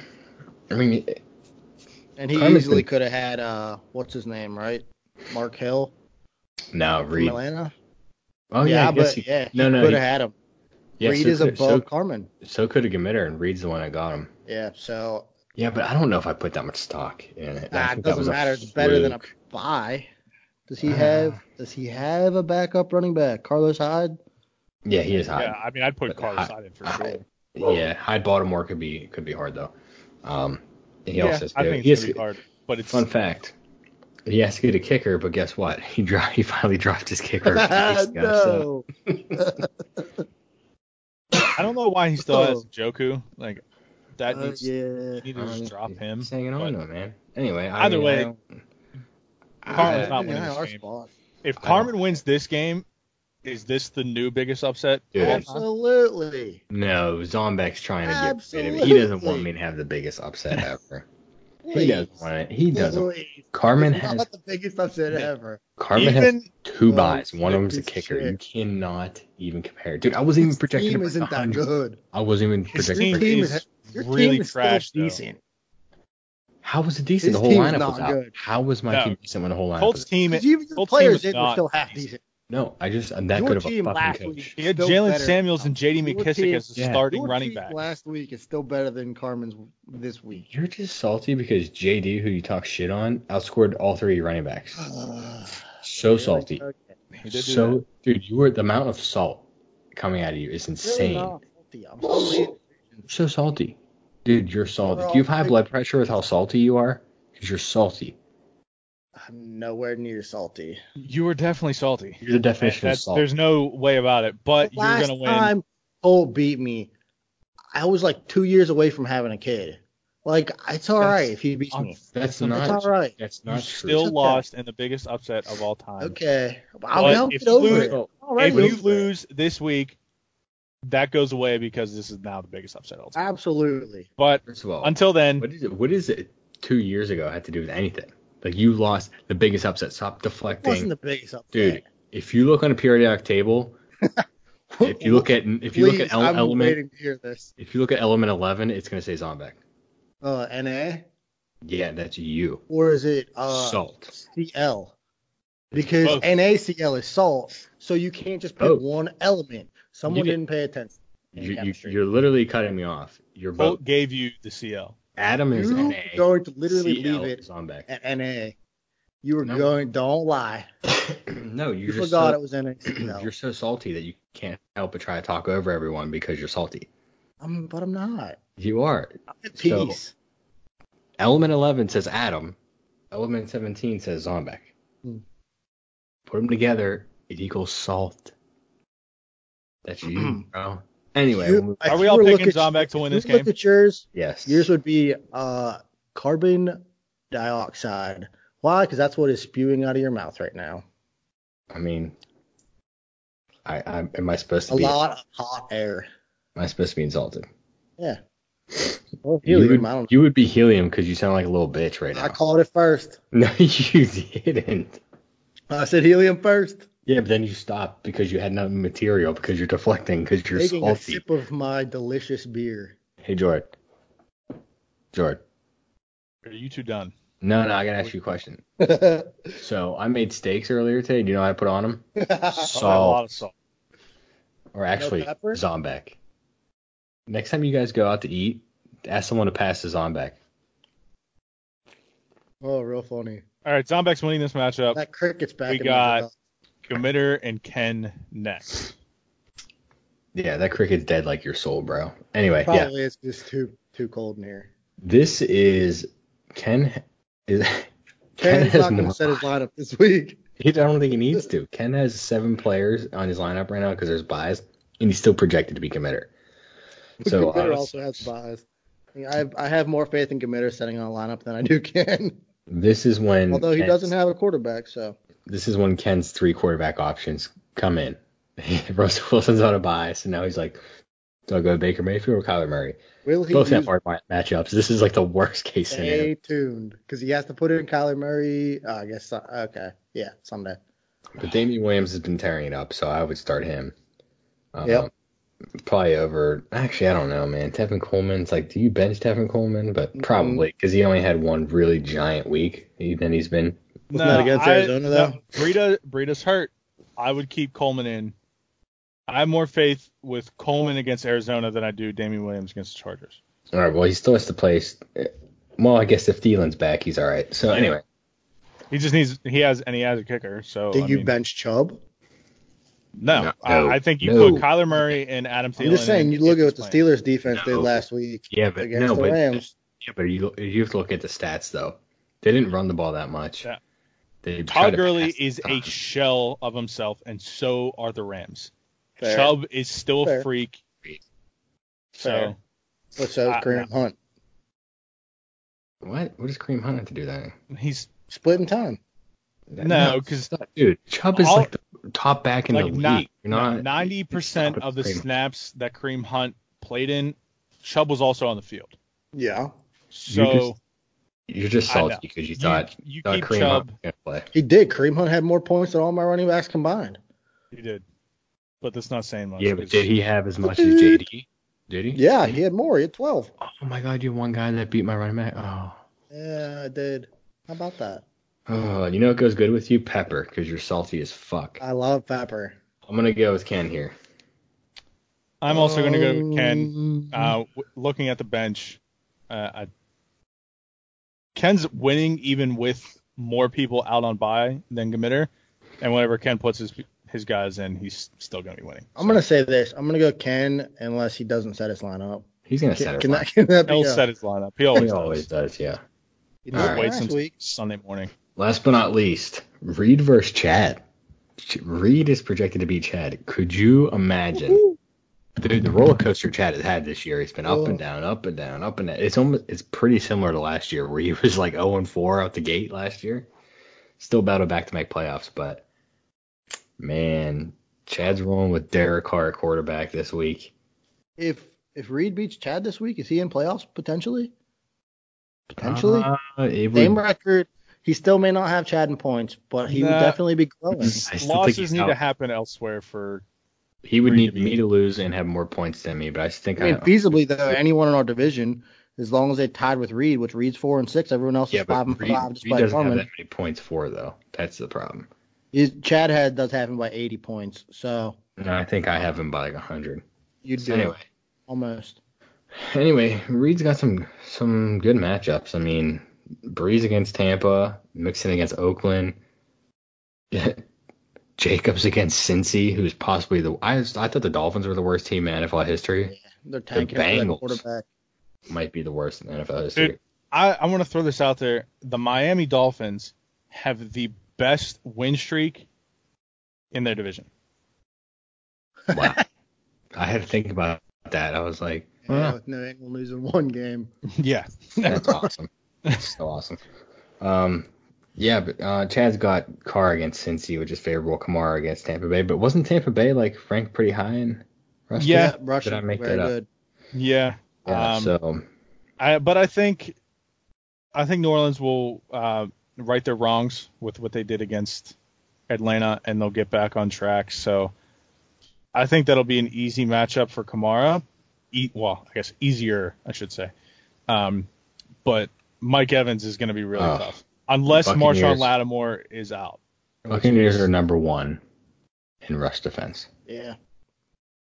I mean, and he Carmen's easily been- could have had uh, what's his name, right? Mark Hill now from Reed. Atlanta. Oh yeah, yeah, I guess but he, yeah, he no, no, could he- have had him. yeah, Reed so is could, above so, Carmen. so could have Gemitter, and Reed's the one that got him. Yeah, so Yeah, but I don't know if I put that much stock in it. I ah, think it that was doesn't a matter. It's better than a fluke. buy. Does he Ah. have? Does he have a backup running back? Carlos Hyde. Yeah, he is high. yeah, I mean I'd put but Carlos I- Hyde in for I- sure. Yeah, high Baltimore could be could be hard though. Um, he yeah, also I think he it's has, gonna be hard, but it's Fun fact. He has to get a kicker, but guess what? He dro- he finally dropped his kicker. a few weeks ago, so- no. I don't know why he still has Joku. Like that Oh. Uh, needs yeah. Uh, you need to just drop him. He's hanging on but- to him, man. Anyway, I Either mean, way, I don't- Carmen's I- not Yeah, winning this our game. spot. If I don't- Carmen wins this game, is this the new biggest upset? Dude. All time? Absolutely. no, Zombek's trying to get rid of it. He Absolutely. doesn't want me to have the biggest upset ever. he Please. doesn't want it. He doesn't. Please. Carmen It's has not the biggest upset ever. Carmen has Even two Oh, buys. One of them's a this kicker. shit. You cannot even compare. Dude, I wasn't even His projected team to break isn't that 100. good. I wasn't even His projected. team to break- team is is- Your really team is trash. still though. decent. How was it decent? His The whole team's lineup not was out. good. How was my No. team decent when the whole lineup Colts was team. Because even your Colts players team did were was not still half decent. decent. No, I just I'm that Your good of team a last fucking week coach. He had still Jalen better. Samuels and J.D. Your McKissick team- as the Yeah. starting Your running team back. last week is still better than Carmen's this week. You're just salty because JD, who you talk shit on, outscored all three running backs. So Really? salty. Okay. He did do So, that. dude, you were the amount of salt coming out of you is insane. Really not salty. I'm still leaving. You're so salty, dude. You're salty. We're Do you all have high big- blood pressure with how salty you are? Because you're salty. I'm nowhere near salty. You were definitely salty. You're the definition of That's- salt. There's no way about it. But The you were last gonna win. time Cole beat me, I was like two years away from having a kid. Like it's all right That's- if he beats Oh, me. that's It's not. all right. That's you not true. still It's okay. lost in the biggest upset of all time. Okay, Well, I'll, But I'll if get you over lose- it. All right, If you over it. lose this week, that goes away because this is now the biggest upset of all time. absolutely. But First of all, until then, what is it? What is it? Two years ago had to do with anything. Like you lost the biggest upset. Stop It wasn't deflecting, the biggest upset. dude. If you look on a periodic table, if you look at if you look Please, at ele- I'm element waiting to hear this. If you look at element 11, it's going to say Zombek. Uh, Na Yeah, that's you. or is it uh, Salt. CL? Because Both. NaCl is salt, so you can't just pick Both. one element. Someone You did- didn't pay attention. You, you, chemistry. you're literally cutting me off. You're both. Colt gave you the CL. Adam is Oh, You NA. are going to literally CL leave it is on back. at NA. You were No. going. Don't lie. no, you're You just forgot so- it was NXT. you're so salty that you can't help but try to talk over everyone because you're salty. I'm, but I'm not. You are. I'm at So- peace. Element 11 says Adam. Element 17 says Zombek. Hmm. Put them together, it equals salt. That's you, bro. Anyway, You- we'll move- I- Are if we you all were picking looking- Zombek to win If this you look game? at yours. yes. Yours would be uh, carbon dioxide. Why? Because that's what is spewing out of your mouth right now. I mean, I, I am I supposed to A be? lot of hot air. Am I supposed to be insulted? Yeah. Well, you, helium, would, I don't you would be helium because you sound like a little bitch right know. now. I called it first. no, you didn't. I said helium first. Yeah, but then you stopped because you had no material because you're deflecting because you're Taking a salty. sip of my delicious beer. Hey, Jordan. Jordan. Are you two done? No, no, I gotta ask you a question. So I made steaks earlier today. Do you know what I put on them? Oh, a lot Salt, of salt. or actually pepper? Zombek. Next time you guys go out to eat, ask someone to pass the Zombek. oh, real funny. All right, Zombek's winning this matchup. That cricket's back We in got- my Committer and Ken next. Yeah, that cricket's dead like your soul, bro. Anyway, yeah, Probably it's just too too cold in here. this is Ken. Is Ken, Ken's has not going more. to set his lineup this week. He, I don't think he needs to. Ken has seven players on his lineup right now because there's buys, and he's still projected to be committer. So Committer uh, also has bias. I mean, I have, I have more faith in Committer setting on a lineup than I do Ken. this is when Although he Ken's- doesn't have a quarterback, so this is when Ken's three quarterback options come in. Russell Wilson's on a bye, so now he's like, do I go Baker Mayfield or Kyler Murray? will he Both have use- hard ma- matchups. This is like the worst case scenario. stay tuned because he has to put in Kyler Murray. Oh, I guess so- okay, yeah, someday. But Damian Williams has been tearing it up, so I would start him. Um, Yep. Probably over. Actually, I don't know, man. Tevin Coleman's like, do you bench Tevin Coleman? But Mhm. probably because he only had one really giant week. He, then he's been. Wasn't that against Arizona, though? Breida, Breida's hurt. I would keep Coleman in. I have more faith with Coleman against Arizona than I do Damian Williams against the Chargers. All right. Well, he still has to play. s- eh, Well, I guess if Thielen's back, he's all right. So anyway, He just needs he has and he has a kicker. So Did I you mean, bench Chubb? No, No, no, I, I think you no. put Kyler Murray and Adam Thielen. I'm just saying, in you look at if what the he's playing. Steelers defense No. did last week Yeah, but against no, the but Rams. yeah, but you you have to look at the stats though. They didn't run the ball that much. Yeah. They tried Todd to Gurley pass the is a time. shell of himself, and so are the Rams. Fair. Chubb is still Fair. a freak. So Fair. But so I- Kareem Hunt what? What does Kareem Hunt have to do that? he's splitting time. no, because dude, Chubb is All- like the top back in like the league. not You're not ninety percent it's not of the Kareem. snaps that Kareem Hunt played in, Chubb was also on the field. Yeah, So you're just I know. salty because you you, thought you thought keep Kareem Hunt Chubb. was gonna play. he did. Kareem Hunt had more points than all my running backs combined. You did, but that's not saying much. Yeah, but 'cause- did he have as much as JD? Did he? Yeah, he had more. He had 12. Oh my God, you have one guy that beat my running back. Oh. Yeah, I did. How about that? Oh, you know what goes good with you? Pepper, because you're salty as fuck. I love Pepper. I'm gonna go with Ken here. I'm also going to go with Ken. Um, Oh. Uh, w- looking at the bench, uh, I, Ken's winning even with more people out on bye than Gemitter, and whenever Ken puts his his guys in, he's still going to be Oh, winning. I'm gonna say this. I'm gonna go Ken unless he doesn't set his lineup. He's gonna set Can, it. can fine. that can that be? He'll a- set his lineup. He He always, always always does, yeah. he did All it right. last waits until week. Sunday morning. Last but not least, Reed versus Chad. Ch- Reed is projected to be Chad. Could you imagine? Dude, the roller coaster Chad has had this year, he's been up Whoa. and down, up and down, up and down. It's almost it's pretty similar to last year where he was like 0 and 4 out the gate last year. Still battled back to make playoffs, but man, Chad's rolling with Derek Carr at quarterback this week. If if Reed beats Chad this week, is he in playoffs potentially? Potentially. Uh, it would- Same record. He still may not have Chad in points, but he would Nah. definitely be growing. I still think he's Losses need out. to happen elsewhere for he would Reed need to be- me to lose and have more points than me, but I think I mean, I, feasibly though, anyone in our division, as long as they tied with Reed, which Reed's four and six, everyone else Yeah, is five but and Reed, five Reed despite doesn't have Foreman. that many points for though. That's the problem. He's- Chad had does have him by 80 points, so And I think I have him by like hundred. you do Anyway, almost. anyway, Reed's got some some good matchups. I mean, Breeze against Tampa, Mixon against Oakland, Jacobs against Cincy, who's possibly the I was- I thought the Dolphins were the worst team in NFL history. They're tanking for that Bengals. quarterback. Might be the worst in NFL history. Dude. I, I want to throw this out there. The Miami Dolphins have the best win streak in their division. Wow. I had to think about that. I was like, Yeah, wow, with New England losing one game. yeah. that's awesome. That's so awesome. Um, yeah, but uh, Chad's got Carr against Cincy, which is favorable. Kamara against Tampa Bay, but wasn't Tampa Bay like ranked pretty high in? Russell? Yeah. Russian, Did I make very that up? good. Yeah. Yeah, Um, so I, but I think I think New Orleans will uh, right their wrongs with what they did against Atlanta, and they'll get back on track. So I think that'll be an easy matchup for Kamara. E- well, I guess easier, I should say. Um, but Mike Evans is going to be really Oh. tough unless Marshawn Buccaneers. Lattimore is out. Buccaneers are number one in rush defense. Yeah.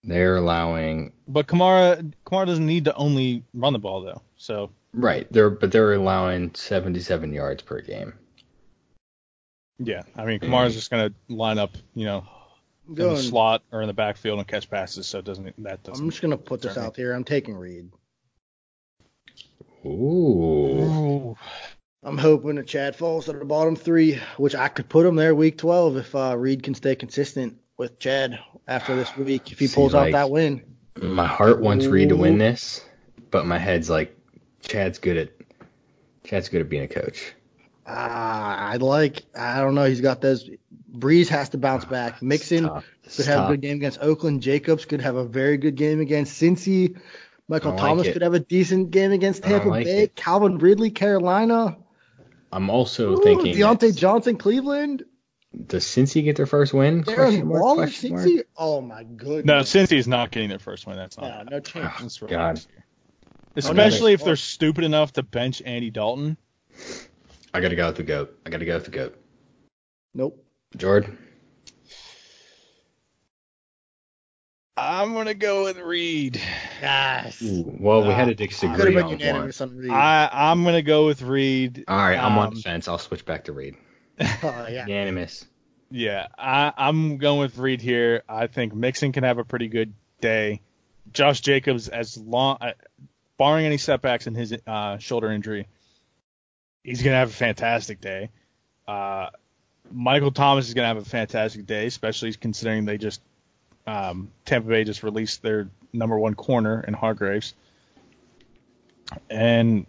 They're allowing But Kamara Kamara doesn't need to only run the ball though. So right, they're but they're allowing 77 yards per game. yeah, I Mm. mean Kamara's just going to line up, you know, I'm, in the going, slot or in the backfield and catch passes. So it doesn't that I'm doesn't? just going to put this out here. I'm taking Reed. Ooh, Ooh. I'm hoping that Chad falls to the bottom three, which I could put him there week 12 if uh, Reed can stay consistent with Chad after this week if he See, pulls like- out that win. my heart wants Reed to Ooh. win this, but my head's like Chad's good at Chad's good at being a coach. Uh, I like. I don't know. He's got those. Breeze has to bounce Ah, back. Mixon Stop. could have a Stop. good game against Oakland. Jacobs could have a very good game against Cincy. Michael I don't like Thomas it. could have a decent game against I don't Tampa like Bay. it. Calvin Ridley, Carolina. I'm also Ooh, thinking Deontay that- Johnson, Cleveland. does Cincy get their first win? Darren Question mark, Waller, question mark. Cincy. Oh my goodness. No, Cincy's not getting their first win. That's No, not. no chance. that's really God. unfair. Okay. Especially if they're stupid enough to bench Andy Dalton. I gotta go with the goat. I gotta go with the goat. Nope. Jordan. I'm gonna go with Reed. Yes. Well, we had to Could have disagree been on one. unanimous on Reed. I I'm gonna go with Reed. All right, I'm on Um, the fence. I'll switch back to Reed. Oh, yeah. Unanimous. Yeah, I I'm going with Reed here. I think Mixon can have a pretty good day. Josh Jacobs, as long, uh, barring any setbacks in his uh, shoulder injury, he's gonna have a fantastic day. Uh, Michael Thomas is gonna have a fantastic day, especially considering they just um, Tampa Bay just released their number one corner in Hargraves. And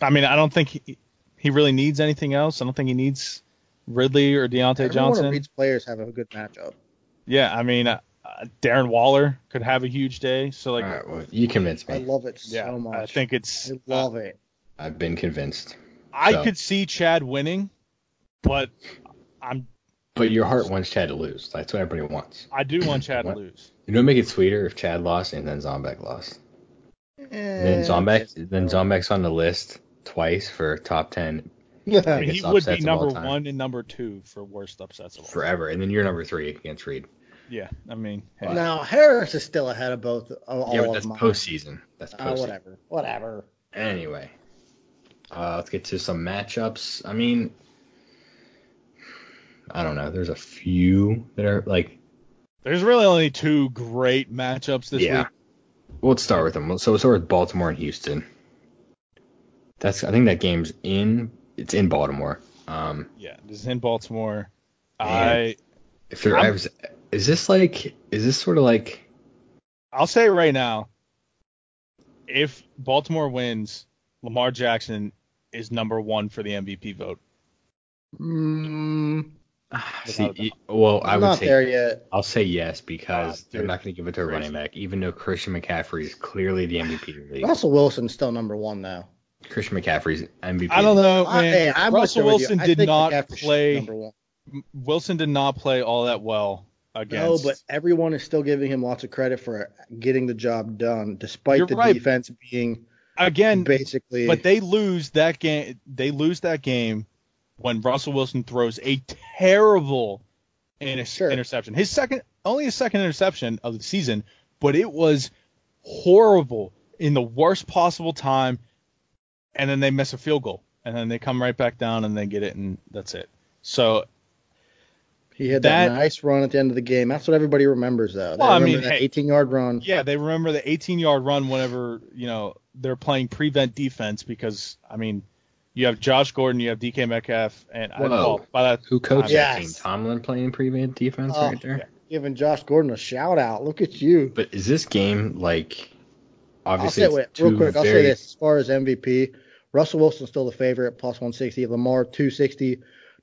I mean, I don't think he, he really needs anything else. I don't think he needs Ridley or Deontay Every Johnson. One of Reed's players have a good matchup. Yeah, I mean, uh, uh, Darren Waller could have a huge day. So like, All right, well, you convinced I me. love it yeah, so much. I think it's. uh, I love it. I've been convinced. I so. could see Chad winning, but I'm But your heart wants Chad to lose. That's what everybody wants. I do want Chad to What? lose. You know, make it sweeter if Chad lost and then Zombek lost. And Uh, then Zombek, then Zombek's on the list twice for top ten I mean, Yeah. Biggest he would be upsets of all number time. one and number two for worst upsets of all. time. forever, and then you're number three against Reed. Yeah, I mean, hey, Now Harris is still ahead of both of all yeah, but of that's mine. postseason. That's Oh, postseason. whatever. Whatever. Anyway, uh, let's get to some matchups. I mean, I don't know. There's a few that are like, there's really only two great matchups this yeah. week. Well, let's start with them. So we'll start with Baltimore and Houston. That's I think that game's in. It's in Baltimore. Um, Yeah, this is in Baltimore. Man. I if there I'm- is, is this like, is this sort of like, I'll say right now, if Baltimore wins, Lamar Jackson is number one for the MVP vote. Mm, ah, see, Without a y- well, I I'm would not say there yet. I'll say yes because Ah, they're dude. not going to give it to a Crazy. running back, even though Christian McCaffrey is clearly the MVP of the league. Russell Wilson's still number one though. Christian McCaffrey's MVP. I don't know, man. I, hey, I'm right Russell there with you. Wilson I did think not McCaffrey should be play. Number one. Wilson did not play all that well No, against. but everyone is still giving him lots of credit for getting the job done, despite You're the right. defense being again, basically. but they lose that game. They lose that game when Russell Wilson throws a terrible inter- Sure. interception. His second, only his second interception of the season, but it was horrible. in the worst possible time, and then they miss a field goal, and then they come right back down and they get it, and that's it. So He had that, That- nice run at the end of the game. That's what everybody remembers, though. They Well, I remember mean, that hey. 18 yard run. yeah, they remember the 18 yard run whenever you know they're playing prevent defense because I mean, you have Josh Gordon, you have DK Metcalf, and I, Whoa. well, by that Who coached Yes. that team? Tomlin playing prevent defense Oh, right there. yeah. Giving Josh Gordon a shout out. Look at you. But is this game like I'll obviously say wait, it's real two quick. I'll say very- this as far as MVP, Russell Wilson's still the favorite, plus 160. Lamar 260.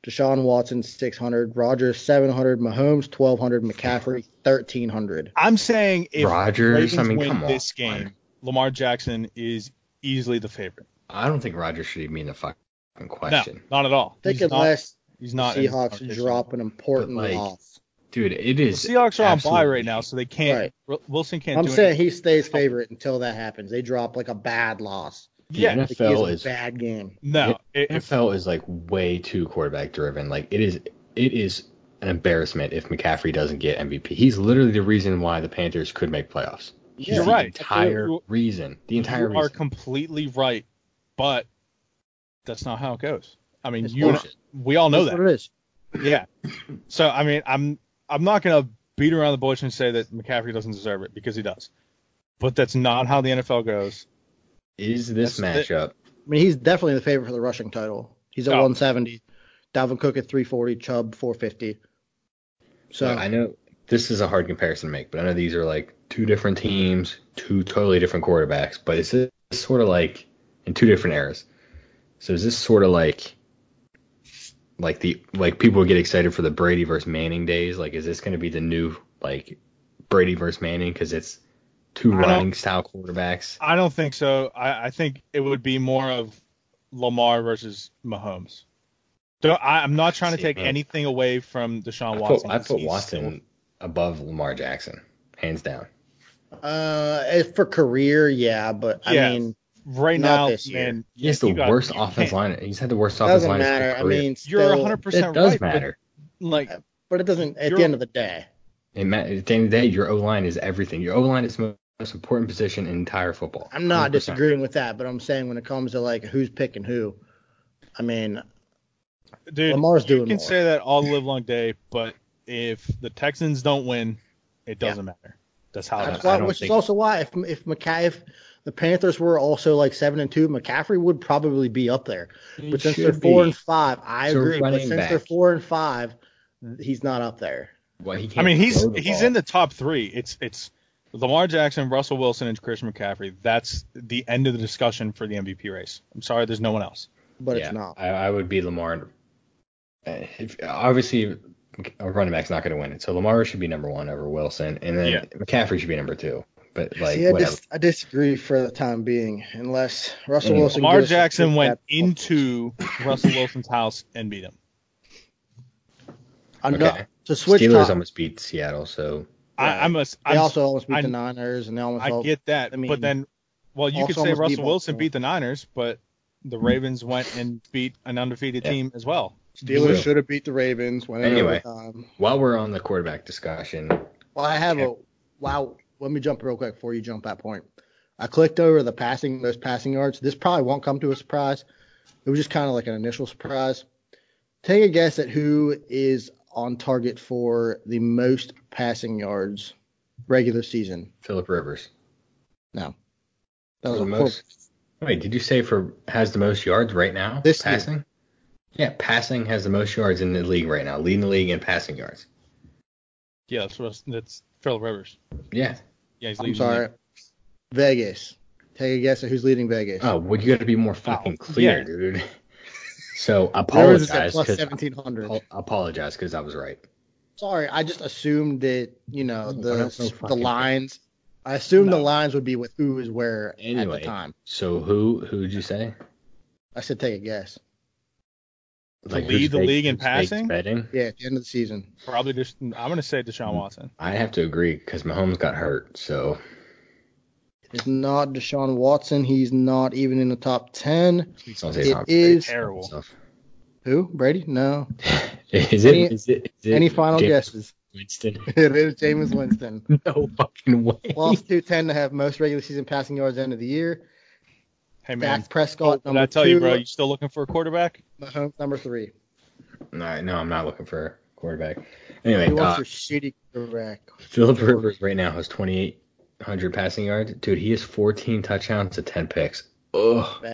Deshaun Watson 600. Rogers 700. Mahomes 1200. McCaffrey 1300. I'm saying if Rodgers, Ravens I mean, win come on, this game, man. Lamar Jackson is easily the favorite. I don't think Rogers should even be in the fucking question. No, not at all. Think he's not, unless he's the not in the Seahawks competition. drop an important But, like, loss. Dude, it The is Seahawks are on bye absolutely- right now, so they can't. Right. Wi- Wilson can't I'm do saying he stays favorite until that happens. They drop like a bad loss. The anything. Yeah, Like, he has NFL a is bad game. no. i- If NFL is like way too quarterback driven. Like it is it is an embarrassment if McCaffrey doesn't get MVP. He's literally the reason why the Panthers could make playoffs. He's You're the right. entire You- reason. The entire you are reason. completely right, but that's not how it goes. I mean, It's you and bullshit. we all know That's that. what it is. Yeah. So I mean, I'm I'm not gonna beat around the bush and say that McCaffrey doesn't deserve it because he does, but that's not how the NFL goes. Is this That's the- matchup I mean, he's definitely the favorite for the rushing title. He's at Oh. 170. Dalvin Cook at 340. Chubb 450. So So I know this is a hard comparison to make, but I know these are like two different teams, two totally different quarterbacks, but it's just sort of like in two different eras. So is this sort of like like the like people get excited for the Brady versus Manning days? Like is this going to be the new like Brady versus Manning because it's two I don't- running style quarterbacks? I don't think so. I, I think it would be more of Lamar versus Mahomes. So I, I'm not trying to See, take man. anything away from Deshaun I put, Watson. I put He's Watson still- above Lamar Jackson, hands down. uh, as for career, yeah, but Yeah. I mean, right not now, this year. man. He has you the got- worst you offense line. can't- He's had the worst offense doesn't line. of his matter. I career. mean, still, You're 100 it percent does right. but, matter. Like but it doesn't. At You're- the end of the day, And Matt, at the end of the day, your O line is everything. Your O line is the most important position in entire football. I'm not 100%. disagreeing with that, but I'm saying when it comes to like who's picking who, I mean, Dude, Lamar's you doing can more. say that all live long day, but if the Texans don't win, it Yeah. doesn't matter. That's how it that's don't- is. why, I don't which is think- also why if if McCaffrey, if the Panthers were also like seven and two, McCaffrey would probably be up there. He But since should they're four be. and five, I He's a agree. But running since back. they're four and five, he's not up there. Well, he I can't mean, he's throw the he's ball. in the top three. It's it's Lamar Jackson, Russell Wilson, and Christian McCaffrey. That's the end of the discussion for the MVP race. I'm sorry, there's no one else. But Yeah, it's not. I, I would be Lamar. Uh, If, obviously, a running back's not going to win it. So Lamar should be number one over Wilson, and then Yeah. McCaffrey should be number two. But like, See, I, whatever. dis- I disagree for the time being, unless Russell Anyway. Wilson. Lamar gives us a Jackson big went bad- into Russell Wilson's house and beat him. I'm not- okay. To switch Steelers top, almost beat Seattle, so I, I'm a, they I'm, also almost beat I- the Niners, and they almost. I all- get that, I mean, but then, well, you could also say almost beat Russell Wilson Baltimore. beat the Niners, but the Ravens went and beat an undefeated Yeah. team as well. Well. Steelers should have beat the Ravens. Went in Anyway. overtime. while we're on the quarterback discussion, Well, I have a wow. Let me jump real quick before you jump that point. I clicked over the passing those passing yards. This probably won't come to a surprise. It was just kind of like an initial surprise. Take a guess at who is on target for the most passing yards regular season. Philip Rivers That For was the a most. Wait, did you say for has the most yards right now? This year. passing. Yeah, passing has the most yards in the league right now, leading the league in passing yards. Yeah, that's Rus- that's Phil Rivers. Yeah. Yeah, he's horrible- I'm leading. sorry. Vegas. Take a guess at who's leading Vegas. Oh, well, you got to be more fucking clear, yeah. dude. So Rivers is at apologize. plus 'cause- seventeen hundred. apo- apologize because I was right. Sorry, I just assumed that you know Oh, the that's no the fucking- lines. I assumed No. the lines would be with who is where at Anyway. the time. So who who would you say? I said take a guess. who's lead the big- league in who's big passing? Betting. Yeah, at the end of the season. Probably just. I'm gonna say Mm-hmm. Deshaun Watson. I have to agree because Mahomes got hurt. So It's not Deshaun Watson. He's not even in the top ten. I'll say It Tom Brady. is Terrible. Stuff. who? Brady? No. Is Any- it? Is it? Is it Any final James- guesses? Winston. it is Jameis Winston. No fucking way. Lost 210 to have most regular season passing yards end of the year. Hey man, Dak Prescott, did number I tell two. you, bro? You still looking for a quarterback? Mahomes, number three. All right, no, I'm not looking for a quarterback. He Anyway, uh, wants your shitty quarterback. Philip Rivers right now has 2,800 passing yards. Dude, he has 14 touchdowns to 10 picks. Ugh. Bad.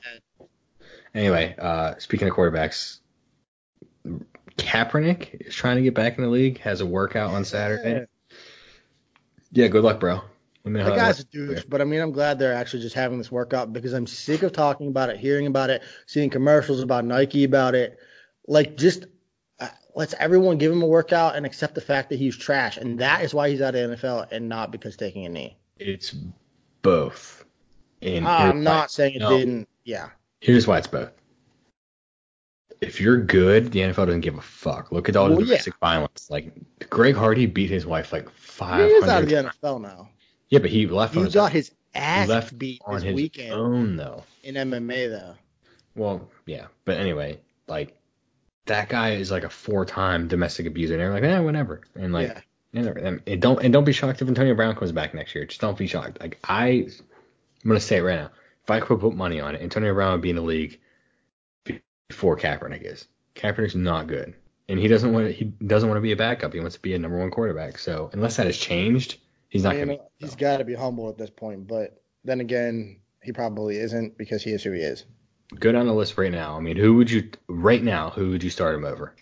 Anyway, uh, speaking of quarterbacks, Kaepernick is trying to get back in the league. Has a workout on Saturday. Yeah, good luck, bro. Let me know That how that guy's works. a douche, but I mean, I'm glad they're actually just having this workout because I'm sick of talking about it, hearing about it, seeing commercials about Nike about it. Like, just uh, let's everyone give him a workout and accept the fact that he's trash, and that is why he's out of the NFL and not because taking a knee. It's both. And here's I'm why. not saying it No. didn't. Yeah, Here's why it's both. If you're good, the NFL doesn't give a fuck. Look at all the Well, yeah. domestic violence. Like Greg Hardy beat his wife like he is out 500. of the NFL now. yeah, but he left on He his, got his he ass left beat on this his weekend own though. in MMA though. Well, yeah, but anyway, like that guy is like a four-time domestic abuser, and they're like, eh, whatever. And like, Yeah. yeah, and- and don't and don't be shocked if Antonio Brown comes back next year. Just don't be shocked. Like I, I'm gonna say it right now. If I could put money on it, Antonio Brown would be in the league be- before Kaepernick is. Kaepernick's not good, and he doesn't want to, he doesn't want to be a backup. He wants to be a number one quarterback. So unless that has changed, he's not I mean, gonna. be, he's so. got to be humble at this point, but then again, he probably isn't because he is who he is. Go down the list right now. I mean, who would you right now? Who would you start him over?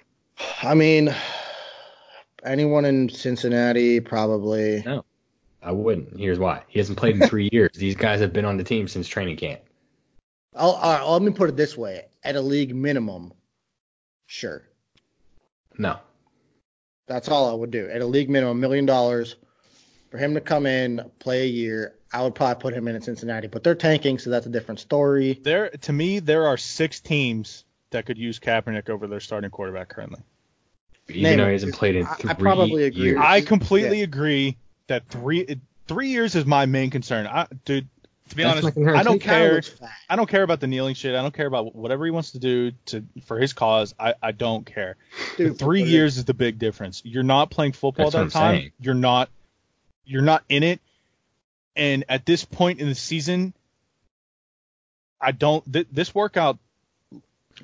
I mean, anyone in Cincinnati probably. I wouldn't. Here's why. He hasn't played in three years. These guys have been on the team since training camp. I'll, i let me put it this way: at a league minimum, sure. No. That's all I would do. At a league minimum, a million dollars for him to come in, play a year. I would probably put him in at Cincinnati, but they're tanking, so that's a different story. There, to me, there are six teams that could use Kaepernick over their starting quarterback currently. Even Name though he it. hasn't played in I- three I probably agree. years. I completely agree that three three years is my main concern. I, dude, to be That's my honest, concern. I don't He Kinda care. looks fat. I don't care about the kneeling shit. I don't care about whatever he wants to do to for his cause. I, I don't care. Dude, Three but it- years is the big difference. You're not playing football That's what that I'm time. saying. You're not you're not in it. And at this point in the season, I don't. Th- this workout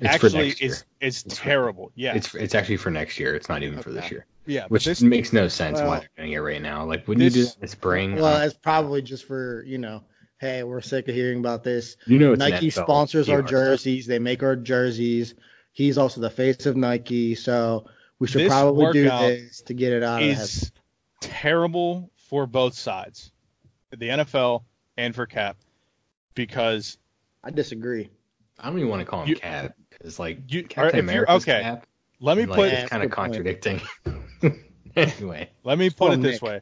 It's for actually next year. is is terrible. Yeah, It's it's actually for next year. It's not even for this Okay. year, yeah. but which this, makes no sense why well, they're doing it right now. Like wouldn't you do this- that in the spring? Well, Uh, it's probably just for you know. Hey, we're sick of hearing about this. you know, it's an Nike NFL sponsors our PR. jerseys. They make our jerseys. He's also the face of Nike, so we should This probably do workout this to get it out of his. is terrible for both sides, the NFL and for Cap, because I disagree. I don't even want to call him You- Cap because like you- if Captain you're- America's okay, Cap. let me and, like, put it's kind Good of point. contradicting. anyway, let me put Well, it this Nick. way: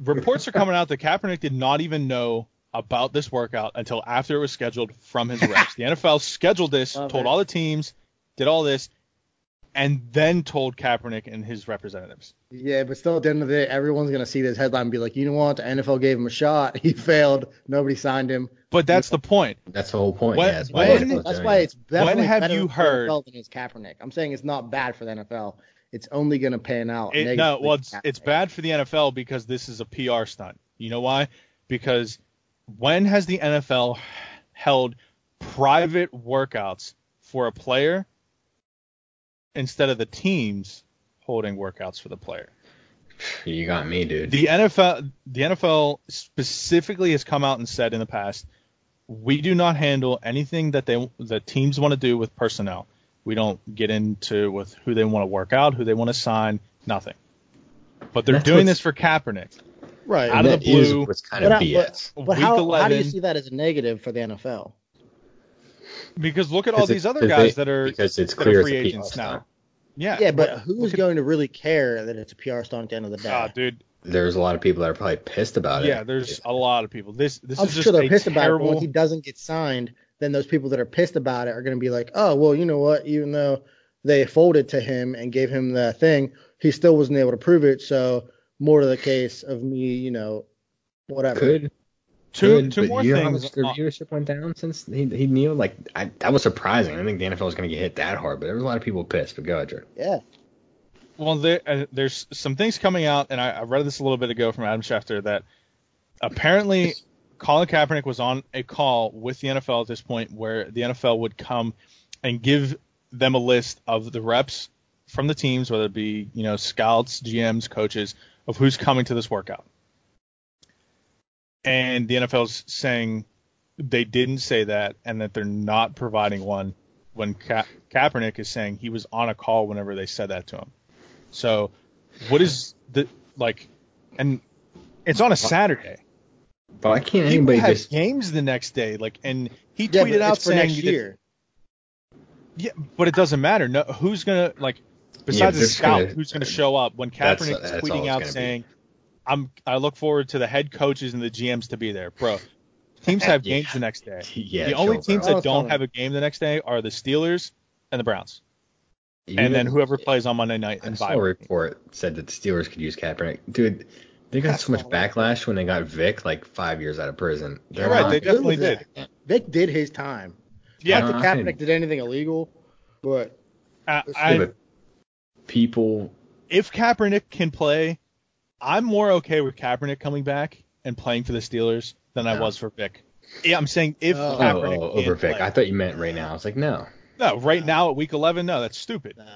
reports are coming out that Kaepernick did not even know about this workout until after it was scheduled from his reps. the NFL scheduled this, Love told it. all the teams, did all this, and then told Kaepernick and his representatives. Yeah, but still at the end of the day, everyone's gonna see this headline and be like, you know what? The NFL gave him a shot. He failed. Nobody signed him. But that's the point. that's the whole point. When- yeah, that's when- why, that's, NFL's doing why it. it's definitely have better you for heard- the NFL than it's Kaepernick. I'm saying it's not bad for the NFL. It's only gonna pan out. It, no, negatively well, for it's, it's Kaepernick. bad for the NFL because this is a PR stunt. You know why? Because when has the NFL held private workouts for a player instead of the teams holding workouts for the player? you got me, dude. The NFL, the NFL specifically has come out and said in the past, we do not handle anything that they the teams want to do with personnel. We don't get into with who they want to work out, who they want to sign, nothing. But they're That's what's- doing this for Kaepernick. Right. out of That the is blue- what's kind but, of I- BS. but, but Week how, how do you 11. see that as a negative for the NFL? Because look at all 'Cause it- these other 'cause guys they- that are because it's that clear are it's free a PR agents now. stunt. Yeah. Yeah, but Look- who's look at- going to really care that it's a PR stunt at the end of the day? Ah, dude. There's a lot of people that are probably pissed about it. Yeah, there's a lot of people. This this I'm is just sure they're a pissed about it. But terrible. when he doesn't get signed, then those people that are pissed about it are going to be like, oh, well, you know what? Even though they folded to him and gave him the thing, he still wasn't able to prove it. So more to the case of me, you know, whatever. could two could, two but more you know how things. Uh, much their on- viewership went down since he, he kneeled. Like I, that was surprising. I didn't think the NFL was going to get hit that hard, but there was a lot of people pissed. But go ahead, Jordan. Yeah. well, there, uh, there's some things coming out, and I, I read this a little bit ago from Adam Schefter that apparently Colin Kaepernick was on a call with the NFL at this point, where the NFL would come and give them a list of the reps from the teams, whether it be you know scouts, GMs, coaches, of who's coming to this workout. And the NFL's saying they didn't say that, and that they're not providing one. When Ka- Kaepernick is saying he was on a call whenever they said that to him, so what is the like? And it's on a Saturday. Why can't People anybody had just? games the next day, like, and he Yeah, but tweeted out it's for saying next that- year. yeah, but it doesn't matter. No, who's gonna like besides but the it's scout, gonna- who's gonna show up when That's- Kaepernick is that's all tweeting it's out gonna be. saying, "I'm I look forward to the head coaches and the GMs to be there, bro." Teams have Yeah. games the next day. Yeah, the only chill, teams bro. Oh, that don't totally. have a game the next day are the Steelers and the Browns, Even- and then whoever plays on Monday night I and saw bye. a report said that the Steelers could use Kaepernick. Dude, they got so much Asshole. backlash when they got Vic like five years out of prison. They're You're right, not- they Good definitely with that. Vic did his time. Yeah, Not that Fine. Kaepernick did anything illegal, but I, Yeah, I, but people. if Kaepernick can play, I'm more okay with Kaepernick coming back and playing for the Steelers than I No. was for Vick. Yeah, I'm saying if Oh. Oh, Kaepernick oh, can over Vic. play. I thought you meant right now. I was like, no. No, right now at week 11, no, that's stupid. no.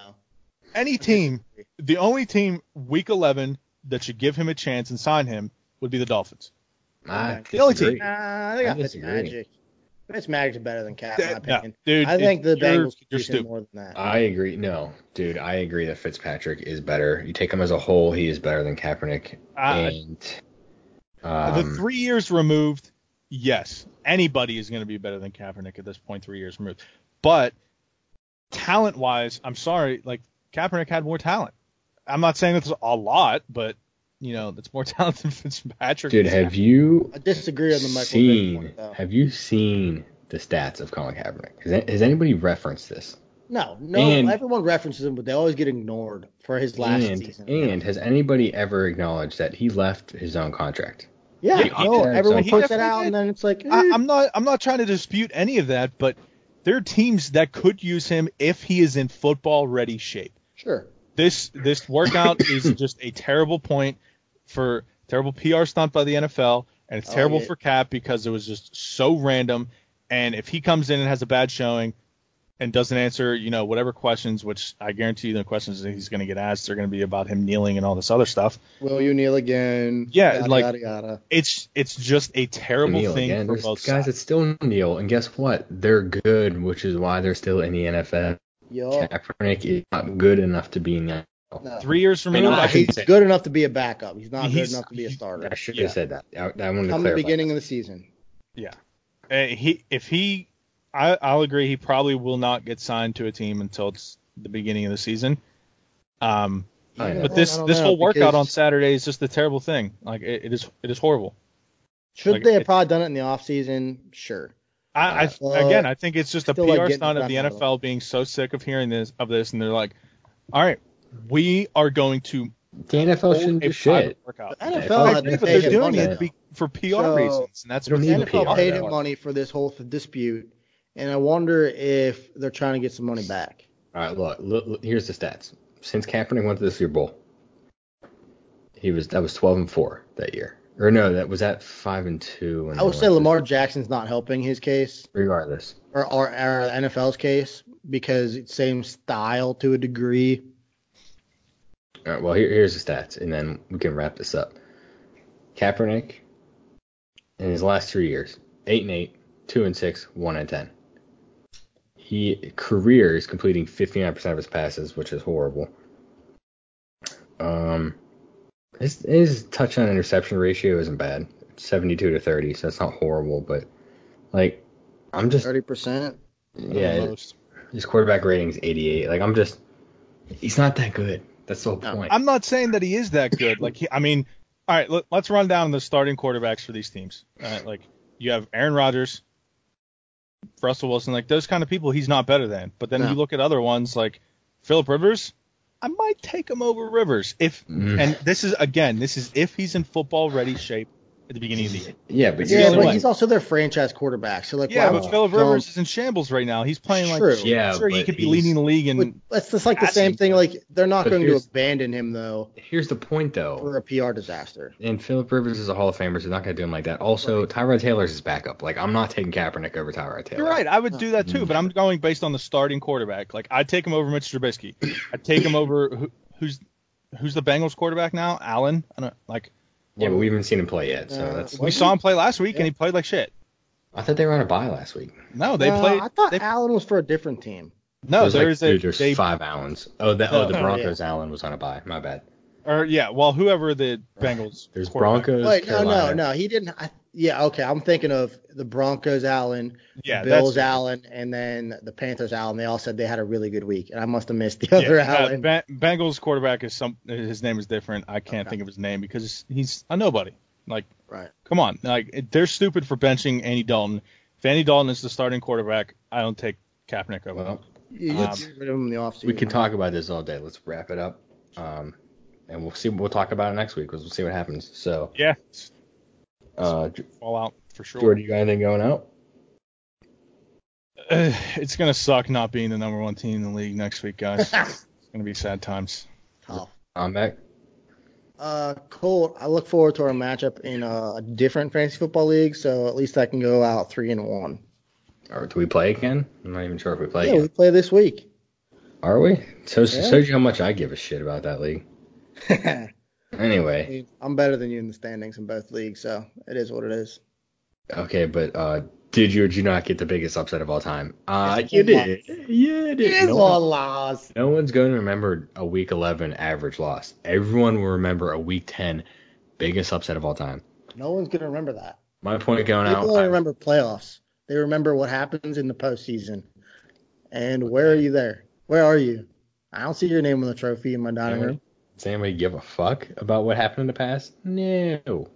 Any team, the only team week 11 that should give him a chance and sign him would be the Dolphins. I The only team- Uh, disagree. Nah, they got disagree. Fitzmagic. Fitzmagic's better than Cap, in my That- no, opinion. dude, I think the it- you're- Bengals could you're use him stupid. Oh, more than that. I agree. No, dude, I agree that Fitzpatrick is better. You take him as a whole, he is better than Kaepernick. Uh, and um, the three years removed, yes, anybody is going to be better than Kaepernick at this point, three years removed. But talent wise, I'm sorry, like Kaepernick had more talent. I'm not saying that's a lot, but you know, that's more talent than Fitzpatrick. dude, have you I disagree on the Michael Vick seen? point, though. Have you seen the stats of Colin Kaepernick? Has, has anybody referenced this? No, no, And- everyone references him, but they always get ignored for his last and, season. And has anybody ever acknowledged that he left his own contract? yeah, Yeah, he no, did. everyone He puts that definitely out, and did. then it's like, I, eh. I'm not. I'm not trying to dispute any of that, but there are teams that could use him if he is in football ready shape. sure. This this workout is just a terrible point for terrible PR stunt by the NFL, and it's Oh, terrible yeah. for Cap because it was just so random. And if he comes in and has a bad showing and doesn't answer, you know, whatever questions, which I guarantee you the questions that he's going to get asked are going to be about him kneeling and all this other stuff. Will you kneel again? Yeah, yada, like- yada, yada. It's it's just a terrible Kneel thing again. for There's both guys sides. that still kneel, and guess what? They're good, which is why they're still in the NFL. Yo, Kaepernick is not good enough to be in the NFL. no. Three years from I mean, now, I I hate think he's good enough to be a backup. He's not He's- good enough to be a he- starter. I should Yeah. have said that. I, I wanted to Come the clarify. beginning of the season. Uh, he if he I, I'll agree he probably will not get signed to a team until it's the beginning of the season. Um, I Even know. then, but this I don't this know, whole workout because on Saturday is just a terrible thing. Like it, it is it is horrible. should like, they have it- probably done it in the off season? Sure. I, I Uh, again I think it's just a still, like, PR getting stunt of the done out of NFL being so sick of hearing this of this and they're like, all right, we are going to The NFL hold shouldn't a do shit. private workout. The NFL I had agree, to but pay they're him doing money, it be, for PR So- reasons, and that's You don't what need The the NFL PR, paid though. him money for this whole th- dispute, and I wonder if they're trying to get some money back. All right, look, look, look, here's the stats. Since Kaepernick went to the Super Bowl, he was that was 12 and four that year. Or no, that was at five and two. when I would they say went to- Lamar Jackson's not helping his case Regardless, or, or, or NFL's case because it's same style to a degree. All right, well, here, here's the stats, and then we can wrap this up. Kaepernick, in his last three years, eight and eight, two and six, one and ten. He career is completing 59% of his passes, which is horrible. Um, his, his touchdown interception ratio isn't bad, It's 72 to 30, so it's not horrible. But like, I'm just Thirty percent. yeah, Almost. his quarterback rating is 88. Like, I'm just, he's not that good. That's the whole No. point. I'm not saying that he is that good. Like, he, I mean, all right, let, let's run down the starting quarterbacks for these teams. All right, like, you have Aaron Rodgers, Russell Wilson, like those kind of people. He's not better than. But then No. you look at other ones like Philip Rivers. I might take him over Rivers if, Mm. and this is again, this is if he's in football ready shape. at the beginning of the year. Yeah, but the Yeah, only but one. he's also their franchise quarterback. So like, Yeah, why but would Philip you throw Rivers him- is in shambles right now. He's playing like True. Yeah, sure he but could be he's- leading the league But in that's just like the passing. same thing. Like they're not But going to here's- abandon him though here's the point though. for a PR disaster. And Philip Rivers is a Hall of Famer, so they're not gonna do him like that. Also, Tyrod Taylor's his backup. Like I'm not taking Kaepernick over Tyrod Taylor. You're right. I would do that too, but I'm going based on the starting quarterback. Like I'd take him over Mitch Trubisky. I'd take him over who, who's who's the Bengals quarterback now? Allen. I don't like Yeah, but we haven't seen him play yet, so Uh, that's. we saw him play last week and he played like shit. I thought they were on a bye last week. No, they Uh, played. I thought they- Allen was for a different team. no, There's, like, Oh, there's dude, a there's they, five Allens. Oh, the, oh, No, the yeah. Broncos Allen was on a bye. My bad. or yeah, well, whoever the Bengals. There's quarterback- Broncos. Wait, no, Carolina. no, no. He didn't. I, yeah, okay. I'm thinking of the Broncos Allen, Yeah, Bills that's- Allen, and then the Panthers Allen. They all said they had a really good week, and I must have missed the Yeah, other uh, Allen. Ben- Bengals quarterback is some. His name is different. I can't think of his name because he's a nobody. Like right. Come on, like it- they're stupid for benching Andy Dalton. If Andy Dalton is the starting quarterback, I don't take Kaepernick over. Well, You Um, should get rid of him in the offseason. we could talk about this all day. Let's wrap it up, um, and we'll see. We'll talk about it next week. 'cause We'll see what happens. So, yeah, it's uh, J- fall out for sure. Jordan, you got anything going out? Uh, it's gonna suck not being the number one team in the league next week, guys. it's gonna be sad times. Tough. I'm back. Uh, Cole, I look forward to our matchup in uh, a different fantasy football league, so at least I can go out three and one. Or do we play again? I'm not even sure if we play Yeah, we again. play this week. Are we? So, Yeah. shows you how much I give a shit about that league. Anyway, I'm better than you in the standings in both leagues, so it is what it is. okay, but uh, did you or did you not get the biggest upset of all time? Uh, It's a you good did. Yeah, you did. No, one- laws. no one's going to remember a week 11 average loss. Everyone will remember a week 10 biggest upset of all time. No one's gonna remember that. My point going out. People only I- remember playoffs. They remember what happens in the postseason. And where are you there? Where are you? I don't see your name on the trophy in my dining Anyway. room. Does anybody give a fuck about what happened in the past? No.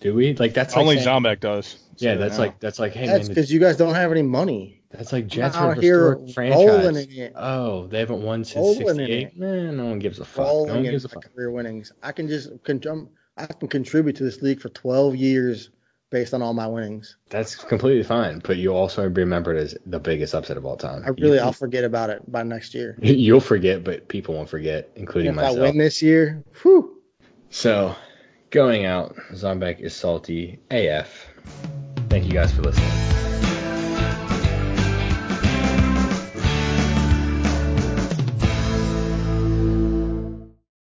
Do we? Like that's like Only saying- Zombek does. Yeah, So, that's no. like that's like hey man, That's because you guys don't have any money. that's like I'm Jets are a out here historic rolling in franchise. it, Oh, they haven't won since Rolling in '68. it. Man, no one gives a fuck. No one rolling in gives a my fuck. career winnings. I can just con- jump- I can contribute to this league for 12 years based on all my winnings. That's completely fine, but you also remember it as the biggest upset of all time. I really, you, I'll forget about it by next year. You'll forget, but people won't forget, including If I myself. win this year, whew. So, going out, Zombek is salty AF. Thank you guys for listening.